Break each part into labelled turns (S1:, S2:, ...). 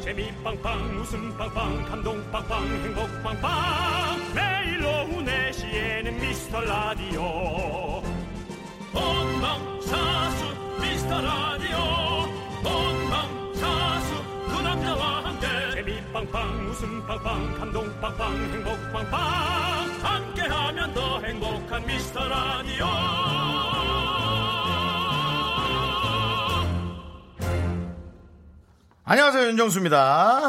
S1: 재미 빵빵 웃음 빵빵 감동 빵빵 행복 빵빵 매일 오후 4시에는 미스터 라디오 본방사수 미스터 라디오 본방사수 그 남자와 함께 재미 빵빵 웃음 빵빵 감동 빵빵 행복 빵빵 아, 함께하면 더 행복한 미스터 라디오
S2: 안녕하세요 윤정수입니다.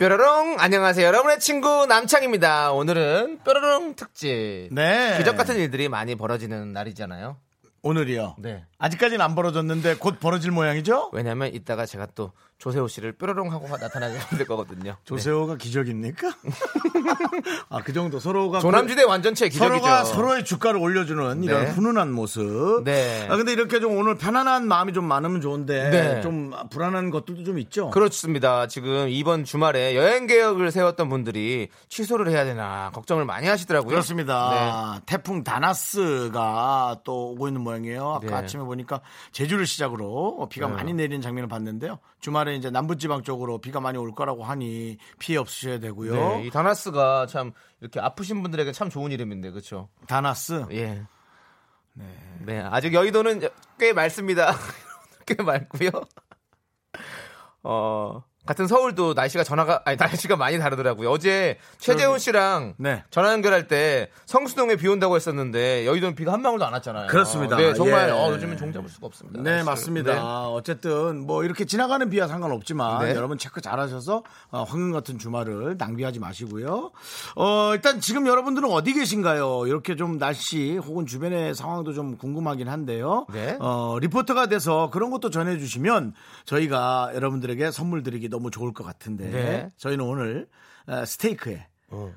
S3: 뾰로롱 안녕하세요 여러분의 친구 남창입니다 오늘은 뾰로롱 특집
S2: 네.
S3: 기적 같은 일들이 많이 벌어지는 날이잖아요
S2: 오늘이요.
S3: 네.
S2: 아직까지는 안 벌어졌는데 곧 벌어질 모양이죠?
S3: 왜냐면 이따가 제가 또 조세호 씨를 뾰로롱 하고 나타나게 만들 거거든요
S2: 조세호가 기적입니까? 아 그 정도 서로가
S3: 네. 조남지대 완전체 기적이죠
S2: 서로가 서로의 주가를 올려주는 이런
S3: 네.
S2: 훈훈한 모습.
S3: 네.
S2: 아 근데 이렇게 좀 오늘 편안한 마음이 좀 많으면 좋은데
S3: 네.
S2: 좀 불안한 것들도 좀 있죠.
S3: 그렇습니다 지금 이번 주말에 여행 계획을 세웠던 분들이 취소를 해야 되나 걱정을 많이 하시더라고요
S2: 그렇습니다.
S3: 네.
S2: 태풍 다나스가 또 오고 있는 모양이에요. 아까
S3: 네.
S2: 아침에 보니까 제주를 시작으로 비가 많이 내리는 장면을 봤는데요. 주말에 이제 남부지방 쪽으로 비가 많이 올 거라고 하니 피해 없으셔야 되고요.
S3: 네, 이 다나스가 참 이렇게 아프신 분들에게 참 좋은 이름인데 그렇죠
S2: 다나스.
S3: 예. 네. 아직 여의도는 꽤 맑습니다. 꽤 맑고요. 어, 같은 서울도 날씨가 전화가 아니 날씨가 많이 다르더라고요. 어제 최재훈 씨랑
S2: 네.
S3: 전화 연결할 때 성수동에 비 온다고 했었는데 여의도는 비가 한 방울도 안 왔잖아요.
S2: 그렇습니다.
S3: 네, 정말
S2: 예.
S3: 어, 요즘은 종잡을 수가 없습니다.
S2: 네,
S3: 사실.
S2: 맞습니다.
S3: 네.
S2: 어쨌든 뭐 이렇게 지나가는 비와 상관없지만
S3: 네.
S2: 여러분 체크 잘하셔서 어, 황금 같은 주말을 낭비하지 마시고요. 어, 일단 지금 여러분들은 어디 계신가요? 이렇게 좀 날씨 혹은 주변의 상황도 좀 궁금하긴 한데요.
S3: 네.
S2: 어, 리포터가 돼서 그런 것도 전해주시면 저희가 여러분들에게 선물 드리기 너무 좋을 것 같은데
S3: 네.
S2: 저희는 오늘 어, 스테이크에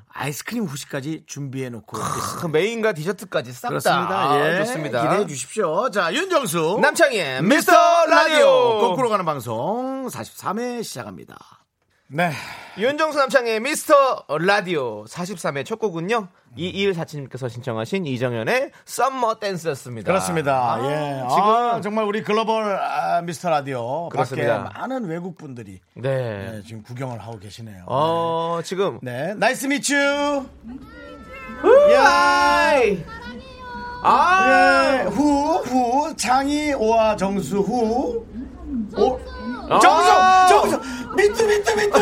S2: 아이스크림 후식까지 준비해 놓고
S3: 그 메인과 디저트까지 싹 다.
S2: 그렇습니다. 예.
S3: 좋습니다.
S2: 기대해 주십시오. 자, 윤정수.
S3: 남창희의 미스터
S2: 미스터 라디오.
S3: 라디오.
S2: 거꾸로 가는 방송 43회 시작합니다. 네.
S3: 윤정수 남창의 미스터 라디오 43회 첫 곡은요. 2247님께서 신청하신 이정현의 썸머 댄스였습니다.
S2: 그렇습니다.
S3: 아,
S2: 예. 지금
S3: 지금
S2: 정말 우리 글로벌 아, 미스터 라디오
S3: 그렇습니다.
S2: 밖에 많은 외국 분들이
S3: 네.
S2: 예, 지금 구경을 하고 계시네요.
S3: 어, 지금
S2: 네. 나이스 미츠.
S3: 아이. 아!
S2: 예. 후, 후. 창희, 오아, 정수, 후. 오.
S3: 아.
S2: 정수! 정수! 미트, 미트, 미트!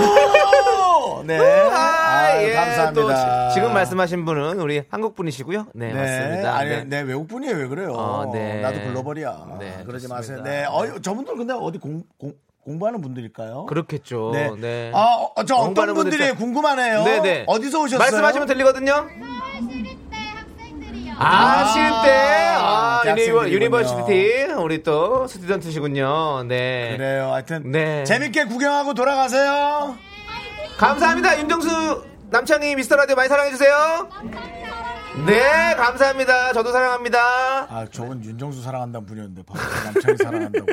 S2: 네.
S3: 아,
S2: 아유,
S3: 예,
S2: 감사합니다.
S3: 또 지, 금 말씀하신 분은 우리 한국 분이시고요. 네, 맞습니다.
S2: 아니,
S3: 네.
S2: 내 외국 분이에요. 왜 그래요?
S3: 아, 네.
S2: 나도 글로벌이야.
S3: 네,
S2: 그러지
S3: 좋습니다.
S2: 마세요. 네. 어, 저분들 근데 어디 공, 공, 공부하는 분들일까요?
S3: 그렇겠죠.
S2: 네.
S3: 네.
S2: 아, 어, 저 어떤
S3: 공부하는 분들
S2: 분들이
S3: 참-
S2: 궁금하네요.
S3: 네, 네.
S2: 어디서 오셨어요?
S3: 말씀하시면 들리거든요. 아, 신입 때, 아, 유니버,
S2: 대학생들이군요.
S3: 유니버시티, 우리 또, 스튜던트시군요. 네.
S2: 그래요. 하여튼
S3: 네.
S2: 재밌게 구경하고 돌아가세요.
S3: 감사합니다. 윤정수 남창희 미스터 라디오 많이 사랑해 주세요. 네, 감사합니다. 저도 사랑합니다.
S2: 아, 저건 윤정수 사랑한다는 분이었는데 바로 남창이 사랑한다고.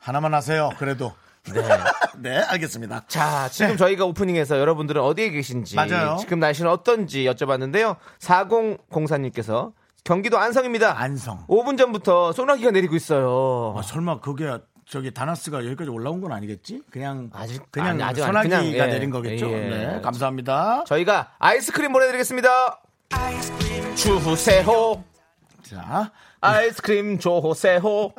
S2: 하나만 하세요. 그래도. 네. 네, 알겠습니다.
S3: 자, 지금
S2: 네.
S3: 저희가 오프닝에서 여러분들은 어디에 계신지,
S2: 맞아요.
S3: 지금 날씨는 어떤지 여쭤봤는데요. 4004님께서 경기도 안성입니다.
S2: 안성.
S3: 5분 전부터 소나기가 내리고 있어요.
S2: 아, 설마 그게 저기 다나스가 여기까지 올라온 건 아니겠지? 그냥
S3: 아직-
S2: 그냥
S3: 아니, 아직
S2: 소나기가
S3: 아니, 그냥, 예.
S2: 내린 거겠죠?
S3: 예.
S2: 네, 감사합니다.
S3: 저희가 아이스크림 보내드리겠습니다. 주호세호,
S2: 자,
S3: 아이스크림 조호세호.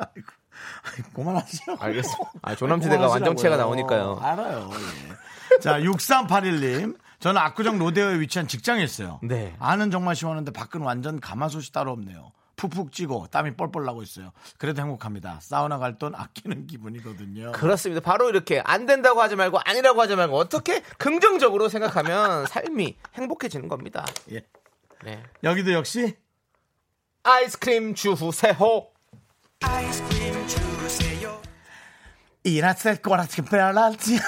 S2: 그만하시라고.
S3: 알겠습니다. 아, 조남지대가 완전체가 나오니까요.
S2: 알아요. 예. 자, 6381님. 저는 압구정 로데오에 위치한 직장에 있어요.
S3: 네.
S2: 안은 정말 시원한데 밖은 완전 가마솥이 따로 없네요. 푹푹 찌고 땀이 뻘뻘 나고 있어요. 그래도 행복합니다. 사우나 갈 돈 아끼는 기분이거든요.
S3: 그렇습니다. 바로 이렇게 안 된다고 하지 말고 아니라고 하지 말고 어떻게 긍정적으로 생각하면 삶이 행복해지는 겁니다.
S2: 예.
S3: 네.
S2: 여기도 역시
S3: 아이스크림 주후세호.
S2: 이라셀 꼬라치 빼라지.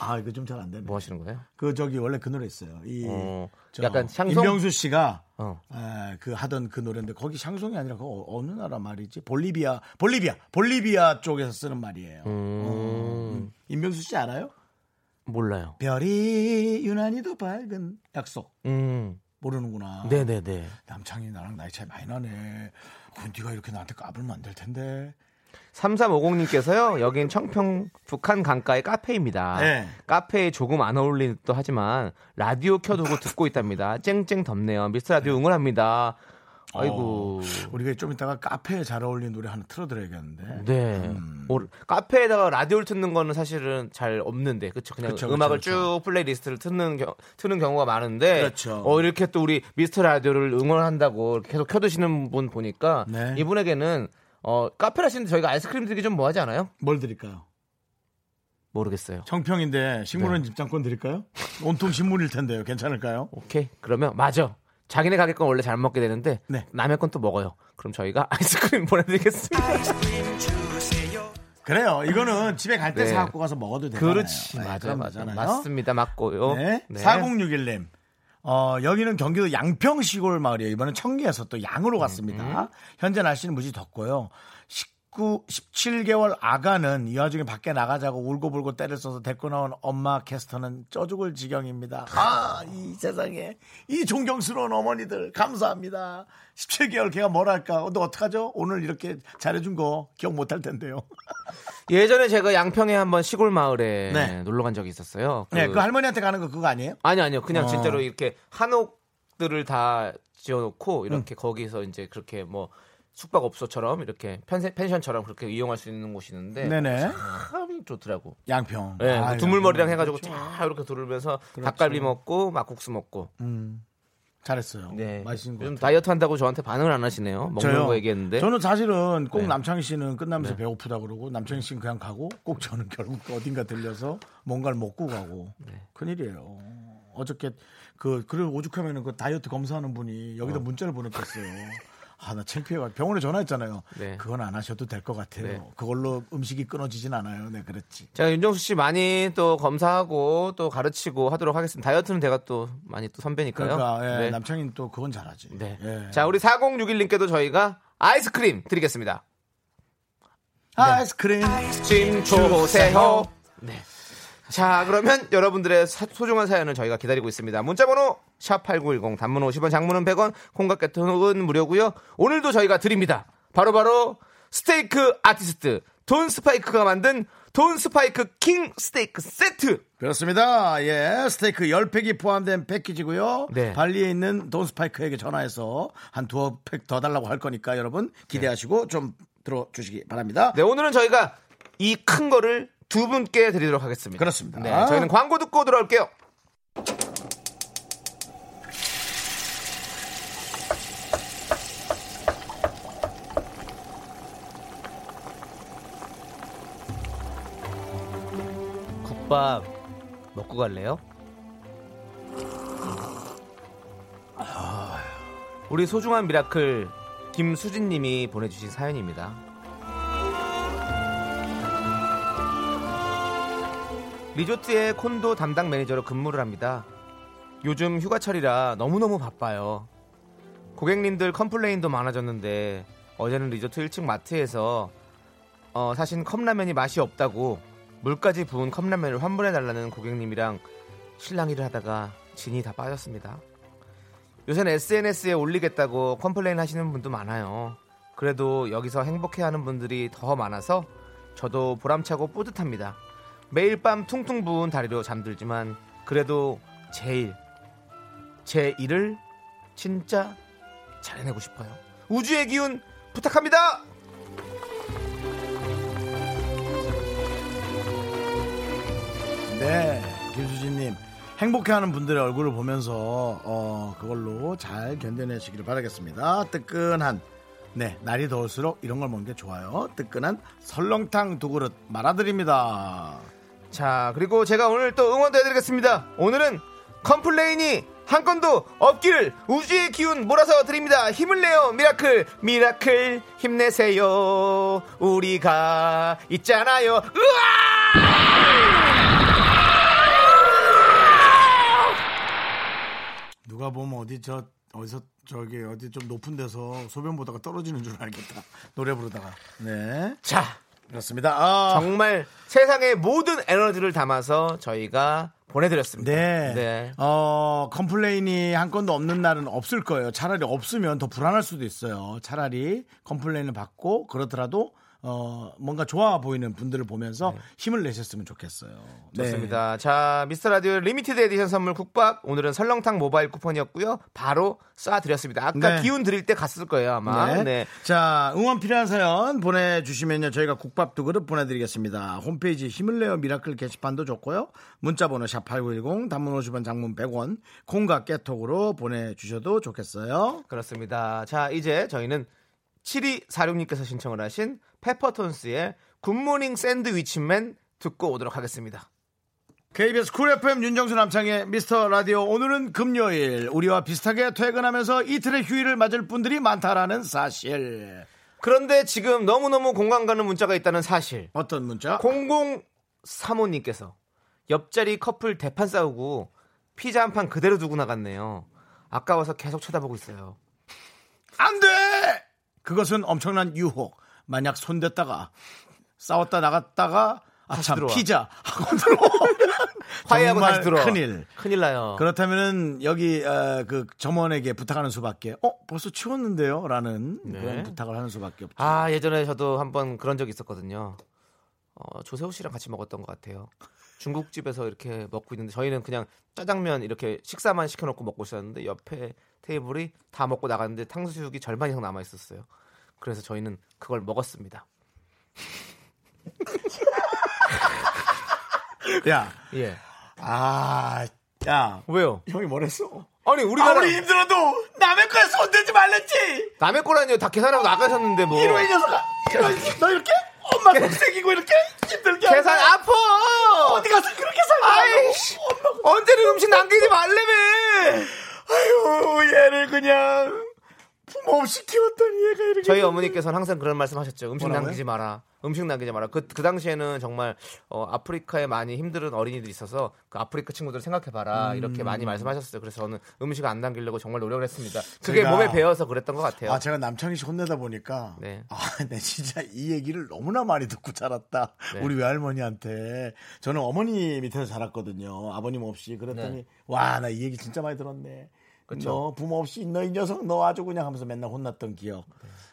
S2: 아 이거 좀 잘 안 되네.
S3: 뭐 하시는 거예요?
S2: 그 저기 원래 그 노래 있어요. 이
S3: 어,
S2: 저
S3: 약간 샹송?
S2: 임명수 씨가
S3: 어.
S2: 에, 그 하던 그 노래인데 거기 샹송이 아니라 그 어느 나라 말이지? 볼리비아, 볼리비아, 볼리비아 쪽에서 쓰는 말이에요.
S3: 음.
S2: 어. 임명수 씨 알아요?
S3: 몰라요.
S2: 별이 유난히도 밝은 약속
S3: 음.
S2: 모르는구나.
S3: 네네네.
S2: 남창이 나랑 나이 차이 많이 나네. 그건 네가 이렇게 나한테 까불면 안 될 텐데.
S3: 3350님께서요, 여긴 청평 북한 강가의 카페입니다.
S2: 네.
S3: 카페에 조금 안 어울리는 듯도 하지만, 라디오 켜두고 듣고 있답니다. 쨍쨍 덥네요. 미스터 라디오 응원합니다. 아이고.
S2: 우리가 좀 이따가 카페에 잘 어울리는 노래 하나 틀어드려야겠는데. 음.
S3: 네. 어, 카페에다가 라디오를 듣는 거는 사실은 잘 없는데, 그쵸? 그냥
S2: 그쵸, 그쵸,
S3: 음악을
S2: 그쵸.
S3: 쭉 플레이리스트를 트는, 겨, 트는 경우가 많은데,
S2: 그렇죠.
S3: 어, 이렇게 또 우리 미스터 라디오를 응원한다고 이렇게 계속 켜두시는 분 보니까,
S2: 네.
S3: 이분에게는, 어, 카페라시는데 저희가 아이스크림 드리기 좀 뭐하지 않아요?
S2: 뭘 드릴까요?
S3: 모르겠어요.
S2: 청평인데
S3: 네.
S2: 식물원 입장권 드릴까요? 온통 식물일 텐데요. 괜찮을까요?
S3: 오케이. 그러면, 맞아. 자기네 가게 건 원래 잘 먹게 되는데,
S2: 네.
S3: 남의 건 또 먹어요. 그럼 저희가 아이스크림 보내드리겠습니다.
S2: 그래요. 이거는 집에 갈 때
S3: 네.
S2: 사갖고 가서 먹어도 되잖아요.
S3: 그렇지.
S2: 네,
S3: 맞아요.
S2: 그럼
S3: 맞아요.
S2: 되잖아요.
S3: 맞습니다. 맞고요.
S2: 네.
S3: 네.
S2: 4061님. 어, 여기는 경기도 양평 시골 마을이에요. 이번엔 청계에서 또 양으로
S3: 음,
S2: 갔습니다. 현재 날씨는 무지 덥고요. 19, 17개월 아가는 이 와중에 밖에 나가자고 울고불고 때를 써서 데리고 나온 엄마 캐스터는 쪄 죽을 지경입니다. 아, 이 세상에. 이 존경스러운 어머니들, 감사합니다. 17개월 걔가 뭘 할까? 너 어떡하죠? 오늘 이렇게 잘해준 거 기억 못할 텐데요.
S3: 예전에 제가 양평에 한번 시골 마을에
S2: 네.
S3: 놀러 간 적이 있었어요.
S2: 네, 그 할머니한테 가는 거 그거 아니에요?
S3: 아니 아니요. 그냥
S2: 어.
S3: 진짜로 이렇게 한옥들을 다 지어
S2: 음.
S3: 놓고 이렇게 거기서 이제 그렇게 뭐 숙박업소처럼 이렇게 펜세, 펜션처럼 그렇게 이용할 수 있는 곳이 있는데
S2: 네네.
S3: 참 좋더라고.
S2: 양평.
S3: 예,
S2: 아유,
S3: 두물머리랑 해 가지고
S2: 그렇죠.
S3: 쫙 이렇게 두르면서 닭갈비 먹고 막국수 먹고.
S2: 음, 잘했어요.
S3: 네.
S2: 맛있는 거.
S3: 요즘
S2: 같아요.
S3: 다이어트 한다고 저한테 반응을 안 하시네요. 먹는
S2: 저요?
S3: 거 얘기했는데.
S2: 저는 사실은 꼭
S3: 네.
S2: 남창희 씨는 끝나면서 배고프다 그러고 남창희 씨는 그냥 가고 꼭 저는 결국 그 어딘가 들려서 뭔가를 먹고 가고
S3: 네.
S2: 큰일이에요. 어저께 그 그리고 오죽하면은 그 다이어트 검사하는 분이 여기다 문자를 보냈겠어요. 아 나 창피해가 병원에 전화했잖아요.
S3: 네.
S2: 그건 안 하셔도 될 것 같아요.
S3: 네.
S2: 그걸로 음식이 끊어지진 않아요. 네 그랬지.
S3: 제가 윤정수 씨 많이 또 검사하고 또 가르치고 하도록 하겠습니다. 다이어트는 제가 또 많이 또 선배니까요.
S2: 그러니까 예,
S3: 네.
S2: 남창희는 또 그건 잘하지.
S3: 네.
S2: 예.
S3: 자, 우리 4061님께도 저희가 아이스크림 드리겠습니다.
S2: 네. 아이스크림.
S3: 찜초세호. 네. 자, 그러면 여러분들의 사- 소중한 사연을 저희가 기다리고 있습니다. 문자번호 샵8910 단문 50원, 장문은 100원, 콩각개통은 무료고요. 오늘도 저희가 드립니다. 바로바로 스테이크 아티스트 돈 스파이크가 만든 돈 스파이크 킹 스테이크 세트.
S2: 그렇습니다. 예, 스테이크 10팩이 포함된 패키지고요.
S3: 네.
S2: 발리에 있는 돈스파이크에게 전화해서 한 두어 팩 더 달라고 할 거니까 여러분 기대하시고 좀 들어주시기 바랍니다.
S3: 네, 오늘은 저희가 이 큰 거를 두 분께 드리도록 하겠습니다.
S2: 그렇습니다.
S3: 네, 저희는 광고 듣고 돌아올게요. 국밥 먹고 갈래요? 아, 우리 소중한 미라클 김수진님이 보내주신 사연입니다. 리조트의 콘도 담당 매니저로 근무를 합니다. 요즘 휴가철이라 너무너무 바빠요. 고객님들 컴플레인도 많아졌는데 어제는 리조트 1층 마트에서 어, 사신 컵라면이 맛이 없다고 물까지 부은 컵라면을 환불해달라는 고객님이랑 실랑이를 하다가 진이 다 빠졌습니다. 요새는 SNS에 올리겠다고 컴플레인 하시는 분도 많아요. 그래도 여기서 행복해하는 분들이 더 많아서 저도 보람차고 뿌듯합니다. 매일 밤 퉁퉁 부은 다리로 잠들지만 그래도 제일 제 일을 진짜 잘해내고 싶어요. 우주의 기운 부탁합니다.
S2: 네, 김수진님. 행복해하는 분들의 얼굴을 보면서 어, 그걸로 잘 견뎌내시기를 바라겠습니다. 뜨끈한 네 날이 더울수록 이런 걸 먹는 게 좋아요. 뜨끈한 설렁탕 두 그릇 말아드립니다.
S3: 자 그리고 제가 오늘 또 응원도 해드리겠습니다 오늘은 컴플레인이 한 건도 없기를 우주의 기운 몰아서 드립니다 힘을 내요 미라클 미라클 힘내세요 우리가 있잖아요 으아
S2: 누가 보면 어디 저 어디서 저기 어디 좀 높은 데서 소변 보다가 떨어지는 줄 알겠다 노래 부르다가 네
S3: 자
S2: 그렇습니다 아,
S3: 정말 세상의 모든 에너지를 담아서 저희가 보내드렸습니다
S2: 네.
S3: 네.
S2: 어, 컴플레인이 한 건도 없는 날은 없을 거예요. 차라리 없으면 더 불안할 수도 있어요. 차라리 컴플레인을 받고 그러더라도 어, 뭔가 좋아 보이는 분들을 보면서 힘을 내셨으면 좋겠어요. 네.
S3: 네. 좋습니다. 자, 미스터 라디오 리미티드 에디션 선물 국밥. 오늘은 설렁탕 모바일 쿠폰이었고요. 바로 쏴드렸습니다. 아까
S2: 네.
S3: 기운 드릴 때 갔을 거예요, 아마.
S2: 네.
S3: 네.
S2: 자, 응원 필요한 사연 보내주시면요. 저희가 국밥 두 그릇 보내드리겠습니다. 홈페이지 힘을 내어 미라클 게시판도 좋고요. 문자번호 샵8910 단문 50원 장문 100원 콩과 깨톡으로 보내주셔도 좋겠어요.
S3: 그렇습니다. 자, 이제 저희는 7246님께서 신청을 하신 페퍼톤스의 굿모닝 샌드위치맨 듣고 오도록 하겠습니다.
S2: KBS 쿨 FM 윤정수 남창의 미스터 라디오 오늘은 금요일 우리와 비슷하게 퇴근하면서 이틀의 휴일을 맞을 분들이 많다라는 사실
S3: 그런데 지금 너무너무 공감 가는 문자가 있다는 사실.
S2: 어떤 문자?
S3: 0035님께서 아. 옆자리 커플 대판 싸우고 피자 한 판 그대로 두고 나갔네요. 아까워서 계속 쳐다보고 있어요.
S2: 안 돼! 그것은 엄청난 유혹. 만약 손댔다가 싸웠다 나갔다가
S3: 다시
S2: 아참
S3: 들어와.
S2: 피자 하고 들어오면
S3: 화해하고
S2: 정말
S3: 다시 어. 들어.
S2: 큰일. 그렇죠.
S3: 큰일 나요.
S2: 그렇다면은 여기 어, 그 점원에게 부탁하는 수밖에. 어 벌써 치웠는데요?라는 그런 부탁을 하는 수밖에 없죠.
S3: 네. 아 예전에 저도 한번 그런 적이 있었거든요. 어, 조세호 씨랑 같이 먹었던 것 같아요. 중국집에서 이렇게 먹고 있는데 저희는 그냥 짜장면 이렇게 식사만 시켜놓고 먹고 있었는데 옆에 테이블이 다 먹고 나갔는데 탕수육이 절반 이상 남아 있었어요. 그래서 저희는 그걸 먹었습니다.
S2: 야,
S3: 예.
S2: 아, 야,
S3: 왜요?
S2: 형이 뭐랬어?
S3: 아니 우리나라
S2: 아무리 힘들어도 남의 거에 손대지 말랬지.
S3: 남의 거라니요. 다 계산하고 나가셨는데 뭐.
S2: 이놈의 녀석아, 이놈의 녀석. 너 이렇게 엄마 동생이고 이렇게 힘들게 하고
S3: 계산 아파.
S2: 어디 가서 뭐- 그렇게 살아?
S3: 아이씨. 언제는 음식 남기지 말래매.
S2: 아유 얘를 그냥 부모 없이 키웠던 얘가 이렇게
S3: 저희 어머니께서는 항상 그런 말씀하셨죠. 음식
S2: 뭐라고요?
S3: 남기지 마라. 음식 남기지 마라. 그, 그 당시에는 정말 어, 아프리카에 많이 힘든 어린이들이 있어서 그 아프리카 친구들
S2: 음.
S3: 생각해봐라 이렇게 많이 말씀하셨어요. 그래서 저는 음식 안 남기려고 정말 노력을 했습니다. 그게
S2: 제가-
S3: 몸에 배어서 그랬던 것 같아요.
S2: 아 제가 남창희 씨 혼내다 보니까
S3: 네.
S2: 아내 진짜 이 얘기를 너무나 많이 듣고 자랐다
S3: 네.
S2: 우리 외할머니한테 저는 어머니 밑에서 자랐거든요 아버님 없이 그랬더니 와 나 이 얘기 진짜 많이 들었네
S3: 네. 그쵸.
S2: 너 부모 없이 너 이 녀석 너 아주 그냥 하면서 맨날 혼났던 기억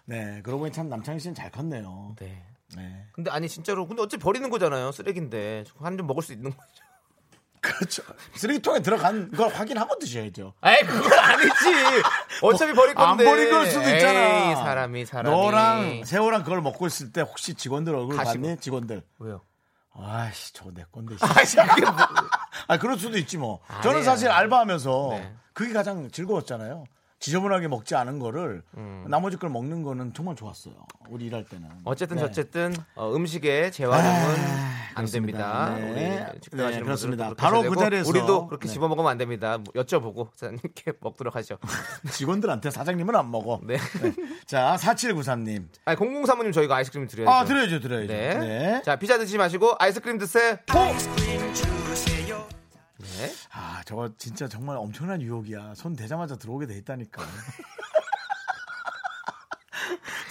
S2: 네, 그러고 보니 참 남창희 씨는 잘 컸네요
S3: 네.
S2: 네.
S3: 근데 아니 진짜로 근데 어차피 버리는 거잖아요. 쓰레기인데 한 점 먹을 수 있는 거죠.
S2: 그렇죠 쓰레기통에 들어간 걸 확인하고 드셔야죠
S3: 에이 그건 아니지. 어차피 뭐, 버릴
S2: 안
S3: 건데.
S2: 버린 걸 수도 있잖아.
S3: 에이, 사람이 사람이.
S2: 너랑 세호랑 그걸 먹고 있을 때 혹시 직원들 얼굴
S3: 가시고.
S2: 봤니? 직원들.
S3: 왜요?
S2: 아씨 저거 내 건데.
S3: 아씨 그게 뭐-
S2: 아 그럴 수도 있지 뭐. 저는
S3: 아니에요.
S2: 사실 알바하면서
S3: 네.
S2: 그게 가장 즐거웠잖아요. 지저분하게 먹지 않은 거를 나머지 걸 먹는 거는 정말 좋았어요. 우리 일할 때는.
S3: 음. 어쨌든
S2: 네.
S3: 어쨌든 어, 음식의 재활용은 안
S2: 그렇습니다.
S3: 됩니다.
S2: 네.
S3: 우리
S2: 네,
S3: 직장 하시는
S2: 그렇습니다.
S3: 분들은 아,
S2: 바로
S3: 그렇게
S2: 그
S3: 하셔야 되고,
S2: 자리에서.
S3: 우리도 그렇게
S2: 네.
S3: 집어먹으면 안 됩니다. 뭐 여쭤보고 사장님께 먹도록 하죠.
S2: 직원들한테 사장님은 안 먹어.
S3: 네.
S2: 네. 자 4793님.
S3: 아니 0035님 저희가 아이스크림 드려야죠.
S2: 아 드려야죠 드려야죠.
S3: 네.
S2: 네.
S3: 자 피자 드시지 마시고 아이스크림 드세요. 네.
S2: 아 저거 진짜 정말 엄청난 유혹이야. 손 대자마자 들어오게 돼 있다니까.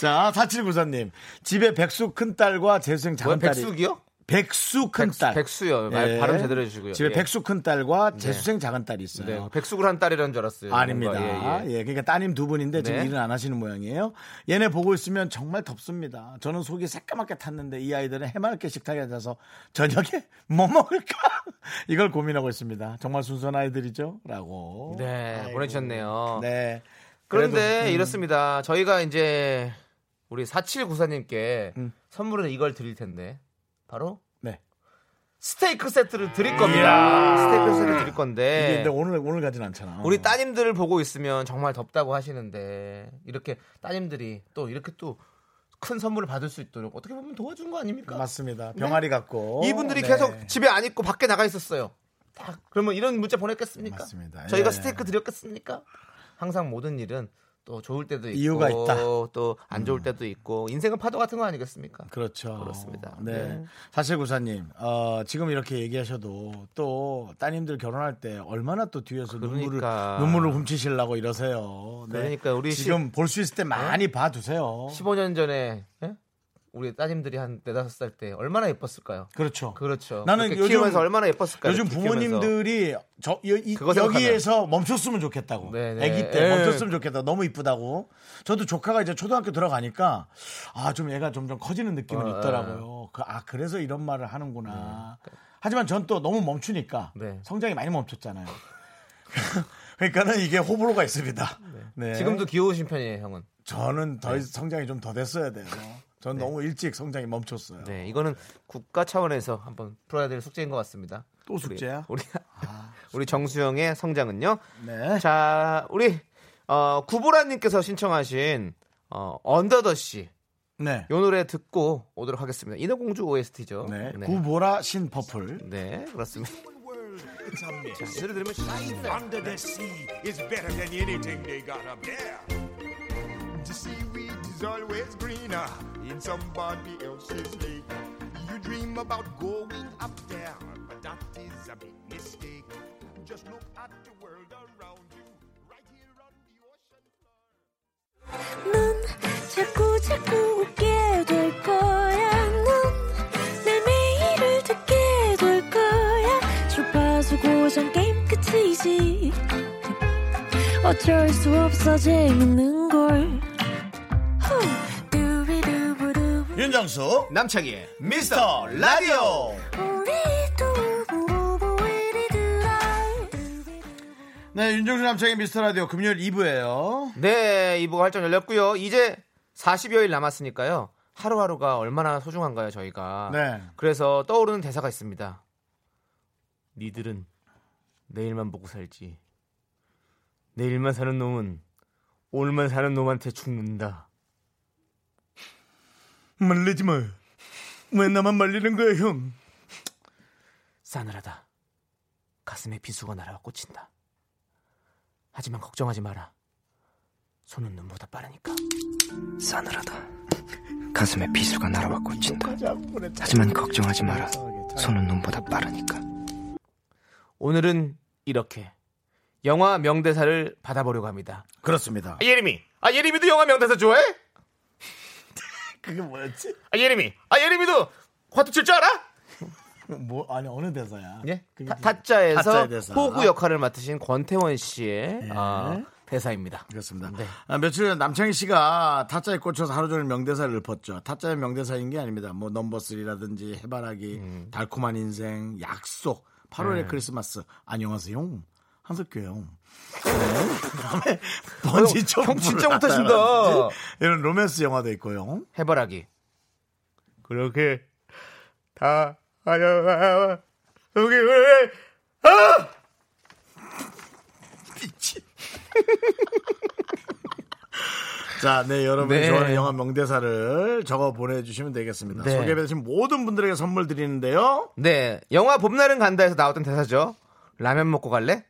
S2: 자, 4794님. 집에 백수 큰딸과 재수생
S3: 뭐야
S2: 작은딸이.
S3: 백숙이요?
S2: 백수 큰딸.
S3: 백수, 백수요. 말- 발음 제대로 해주시고요.
S2: 집에
S3: 예.
S2: 백수 큰딸과 재수생 작은딸이 있어요.
S3: 네. 백숙을 한 딸이라는 줄 알았어요.
S2: 아닙니다.
S3: 네, 뭔가,
S2: 예, 그러니까 따님 두 분인데 지금
S3: 네.
S2: 일은 안 하시는 모양이에요. 얘네 보고 있으면 정말 덥습니다. 저는 속이 새까맣게 탔는데 이 아이들은 해맑게 식탁에 앉아서 저녁에 뭐 먹을까 이걸 고민하고 있습니다. 정말 순수한 아이들이죠라고.
S3: 네,
S2: 아이고.
S3: 보내주셨네요.
S2: 네.
S3: 그런데
S2: 그래도, 음,
S3: 이렇습니다. 저희가 이제 우리 4794님께
S2: 음.
S3: 선물로 이걸 드릴 텐데 바로
S2: 네.
S3: 스테이크 세트를 드릴 겁니다. 스테이크 세트 드릴
S2: 이게
S3: 건데
S2: 근데 오늘 어. 오늘 가진 않잖아.
S3: 네. 우리 따님들을 보고 있으면 정말 덥다고 하시는데 이렇게 따님들이 또 이렇게 또 큰 선물을 받을 수 있도록 어떻게 보면 도와준 거 아닙니까?
S2: 맞습니다. 병아리 같고
S3: 이분들이
S2: 네.
S3: 계속 집에 안 있고 밖에 나가 있었어요. 딱 그러면 이런 문자 보냈겠습니까?
S2: 맞습니다.
S3: 저희가
S2: 예.
S3: 스테이크 드렸겠습니까? 항상 모든 일은 또 좋을 때도 있고
S2: 이유가 있다. 음.
S3: 또 안 좋을 때도 있고 인생은 파도 같은 거 아니겠습니까?
S2: 그렇죠.
S3: 그렇습니다.
S2: 네.
S3: 네.
S2: 사실 구사님, 어, 지금 이렇게 얘기하셔도 또 따님들 결혼할 때 얼마나 또 뒤에서
S3: 그러니까.
S2: 눈물을 눈물을 훔치시려고 이러세요. 네.
S3: 그러니까 우리
S2: 지금 볼 수 있을 때 많이 봐두세요.
S3: 15년 전에 예? 우리 따님들이 한 네다섯 살 때 얼마나 예뻤을까요?
S2: 그렇죠.
S3: 그렇죠.
S2: 나는
S3: 그렇게
S2: 요즘-
S3: 키우면서 얼마나 예뻤을까요?
S2: 요즘
S3: 이렇게 키우면서.
S2: 부모님들이 저 여, 이,
S3: 그거
S2: 여기에서 멈췄으면 좋겠다고.
S3: 네네.
S2: 아기 때
S3: 예.
S2: 멈췄으면 좋겠다. 너무 이쁘다고. 저도 조카가 이제 초등학교 들어가니까 아 좀 얘가 점점 커지는 느낌은
S3: 어,
S2: 있더라고요. 그, 아 그래서 이런 말을 하는구나. 하지만 전 또 너무 멈추니까
S3: 네.
S2: 성장이 많이 멈췄잖아요. 그러니까는 이게 호불호가 있습니다. 네.
S3: 지금도 네. 귀여우신 편이에요, 형은.
S2: 저는 더 성장이 좀 더 됐어야 돼요. 전 너무 일찍 성장이 멈췄어요.
S3: 네, 이거는 국가 차원에서 한번 풀어야 될 숙제인 것 같습니다.
S2: 또 숙제야? 아,
S3: 우리 우리, 우리 정수영의 성장은요.
S2: 네.
S3: 자, 우리 어, 구보라님께서 신청하신 어, 언더더 씨.
S2: 네.
S3: 요 노래 듣고 오도록 하겠습니다. 인어공주 OST죠.
S2: 네. 구보라 신 퍼플.
S3: 네, 그렇습니다.
S4: Under the sea is better than anything they got up there. The seaweed is always greener in somebody else's lake. You dream about going up there, but that is a big mistake. Just look at the world around you, right here on the ocean floor.
S5: 넌 자꾸 자꾸 웃게 될 거야. 넌내 매일을 듣게 될 거야. 주파수 고정 게임 끝이지. 어쩔 수 없어 재밌는 걸. 후. 두비두부두.
S2: 윤정수
S3: 남창희의
S2: 어? 미스터 라디오.
S5: 우리 두부부부 우리 두라. 두비두부.
S2: 네, 윤정수 남창의 미스터 라디오 금요일 2부예요.
S3: 네, 2부 활짝 열렸고요. 이제 40여일 남았으니까요. 하루하루가 얼마나 소중한가요, 저희가.
S2: 네.
S3: 그래서 떠오르는 대사가 있습니다. 니들은 내일만 보고 살지. 내일만 사는 놈은 오늘만 사는 놈한테 죽는다.
S2: 말리지 마. 왜 나만 말리는 거야, 형?
S3: 싸늘하다. 가슴에 비수가 날아와 꽂힌다. 하지만 걱정하지 마라. 손은 눈보다 빠르니까.
S6: 싸늘하다. 가슴에 비수가 날아와 꽂힌다. 하지만 걱정하지 마라. 손은 눈보다 빠르니까.
S3: 오늘은 이렇게 영화 명대사를 받아보려고 합니다.
S2: 그렇습니다.
S3: 아 예림이, 아 예림이도 영화 명대사 좋아해?
S2: 그게 뭐였지?
S3: 아 예림이, 아 예림이도 화투 칠 줄 알아?
S2: 뭐 아니 어느 대사야?
S3: 예?
S2: 그게
S3: 타-
S2: 무슨-
S3: 타짜에서
S2: 타짜의 대사.
S3: 호구 역할을 맡으신 권태원 씨의 아, 대사입니다.
S2: 그렇습니다.
S3: 네.
S2: 아, 며칠 전 남창희 씨가 타짜에 꽂혀서 하루 종일 명대사를 읊었죠. 타짜의 명대사인 게 아닙니다. 뭐 넘버3라든지 해바라기,
S3: 음.
S2: 달콤한 인생, 약속,
S3: 네.
S2: 8월의 크리스마스, 안녕하세요. 한석규예요. 네. 그다음에 번지
S3: 음. 형,
S2: 점프
S3: 형 진짜 못하신다.
S2: 이런 로맨스 영화도 있고요.
S3: 해바라기.
S2: 그렇게
S3: 다 하여 여기 왜? 아!
S2: 자, 네, 여러분이
S3: 네.
S2: 좋아하는 영화 명대사를 적어 보내주시면 되겠습니다.
S3: 네.
S2: 소개해주신 모든 분들에게 선물 드리는데요.
S3: 네, 영화 봄날은 간다에서 나왔던 대사죠. 라면 먹고 갈래?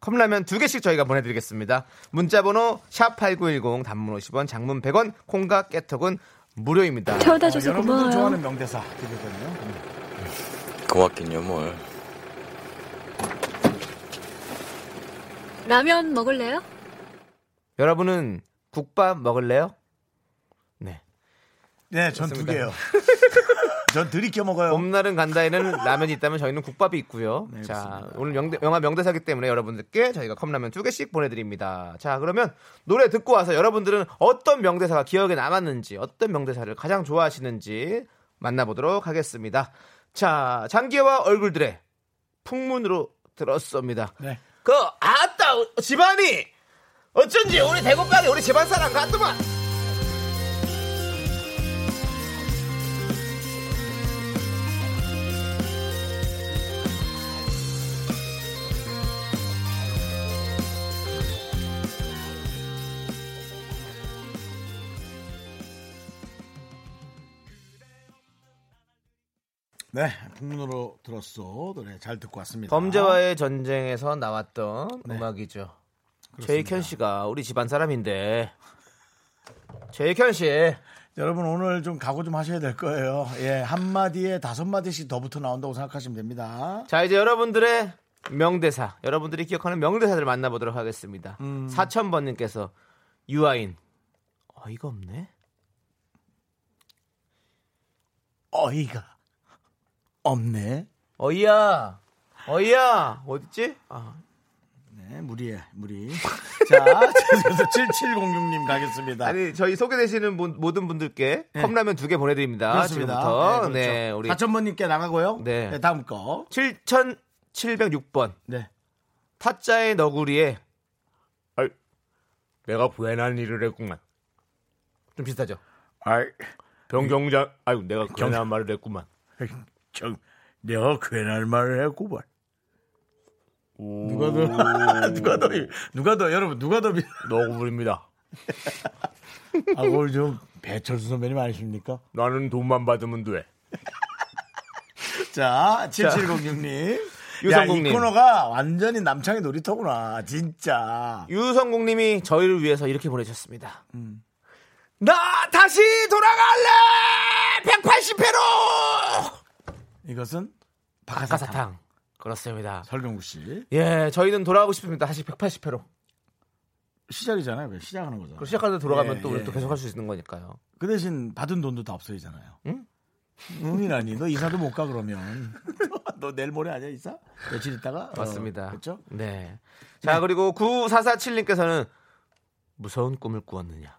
S3: 컵라면 두 개씩 저희가 보내드리겠습니다. 문자번호 샵 #8910 단문 50원, 장문 100원, 콩과 깨톡은 무료입니다.
S5: 태워다줘서
S2: 어, 여러분들
S5: 고마워요.
S2: 좋아하는 명대사 드리거든요.
S7: 고맙긴요 뭘
S5: 라면 먹을래요?
S3: 여러분은 국밥 먹을래요? 네.
S2: 네, 전 두
S3: 그렇습니다.
S2: 개요. 전 들이켜 먹어요.
S3: 봄날은 네, 간다에는 라면이 있다면 저희는 국밥이 있고요. 자, 오늘 명대, 영화 명대사기 때문에 여러분들께 저희가 컵라면 두 개씩 보내드립니다. 자, 그러면 노래 듣고 와서 여러분들은 어떤 명대사가 기억에 남았는지, 어떤 명대사를 가장 좋아하시는지 만나보도록 하겠습니다. 자, 장기와 얼굴들의 풍문으로 들었습니다.
S2: 네.
S3: 그 아따 집안이 어쩐지 우리 대구까지 우리 집안 사람 같더만.
S2: 네, 풍문으로 들었어. 노래 잘 듣고 왔습니다.
S3: 범죄와의 전쟁에서 나왔던
S2: 네.
S3: 음악이죠. 제이현 씨가 우리 집안 사람인데 제이현 씨
S2: 여러분 오늘 좀 각오 좀 하셔야 될 거예요. 예, 한 마디에 다섯 마디씩 더 붙어 나온다고 생각하시면 됩니다.
S3: 자, 이제 여러분들의 명대사, 여러분들이 기억하는 명대사들 만나보도록 하겠습니다.
S2: 음.
S3: 4000번님께서 유아인, 어이가 없네?
S2: 어이가 없네.
S3: 어이야, 어이야, 어딨지? 아,
S2: 네, 무리해, 무리. 자, 그래서 7706님 가겠습니다.
S3: 아니 네, 저희 소개되시는 분- 모든 분들께
S2: 네. 컵라면
S3: 컵라면 두 개 보내드립니다.
S2: 그렇습니다.
S3: 지금부터 네,
S2: 네,
S3: 우리
S2: 그렇죠. 4,000번님께 나가고요. 네.
S3: 네.
S2: 다음 거.
S3: 7,706번
S2: 네.
S3: 타짜의 너구리에 아이, 내가 부연한 일을 했구만. 좀 비슷하죠.
S2: 아이,
S3: 변경장 아유 내가 괜한 말을 했구만.
S2: 정, 내가 괜한 말을 했구만. 누가 더, 누가 더, 누가 더, 여러분, 누가 더, 미-
S3: 너구리입니다.
S2: 아, 오늘 좀 배철수 선배님 아니십니까?
S3: 나는 돈만 받으면 돼.
S2: 자, 7706님.
S3: 유성국님.
S2: 야, 이 코너가 완전히 남창의 놀이터구나. 진짜.
S3: 유성국님이 저희를 위해서 이렇게 보내셨습니다. 나 다시 돌아갈래 180회로
S2: 이것은 박하사탕.
S3: 박가사탕 그렇습니다.
S2: 설경구 씨.
S3: 예, 저희는 돌아가고 싶습니다. 다시 180회로.
S2: 시작이잖아요. 왜 시작하는 거죠.
S3: 그 시작하다 돌아가면
S2: 예,
S3: 또 우리
S2: 예.
S3: 또 계속 할 수 있는 거니까요.
S2: 그 대신 받은 돈도 다 없어지잖아요. 응? 응이라니. 너 이사도 못 가 그러면. 너 내일 모레 아니야 이사? 며칠 있다가?
S3: 맞습니다.
S2: 그렇죠?
S3: 네. 자, 그리고 9447님께서는 무서운 꿈을 꾸었느냐?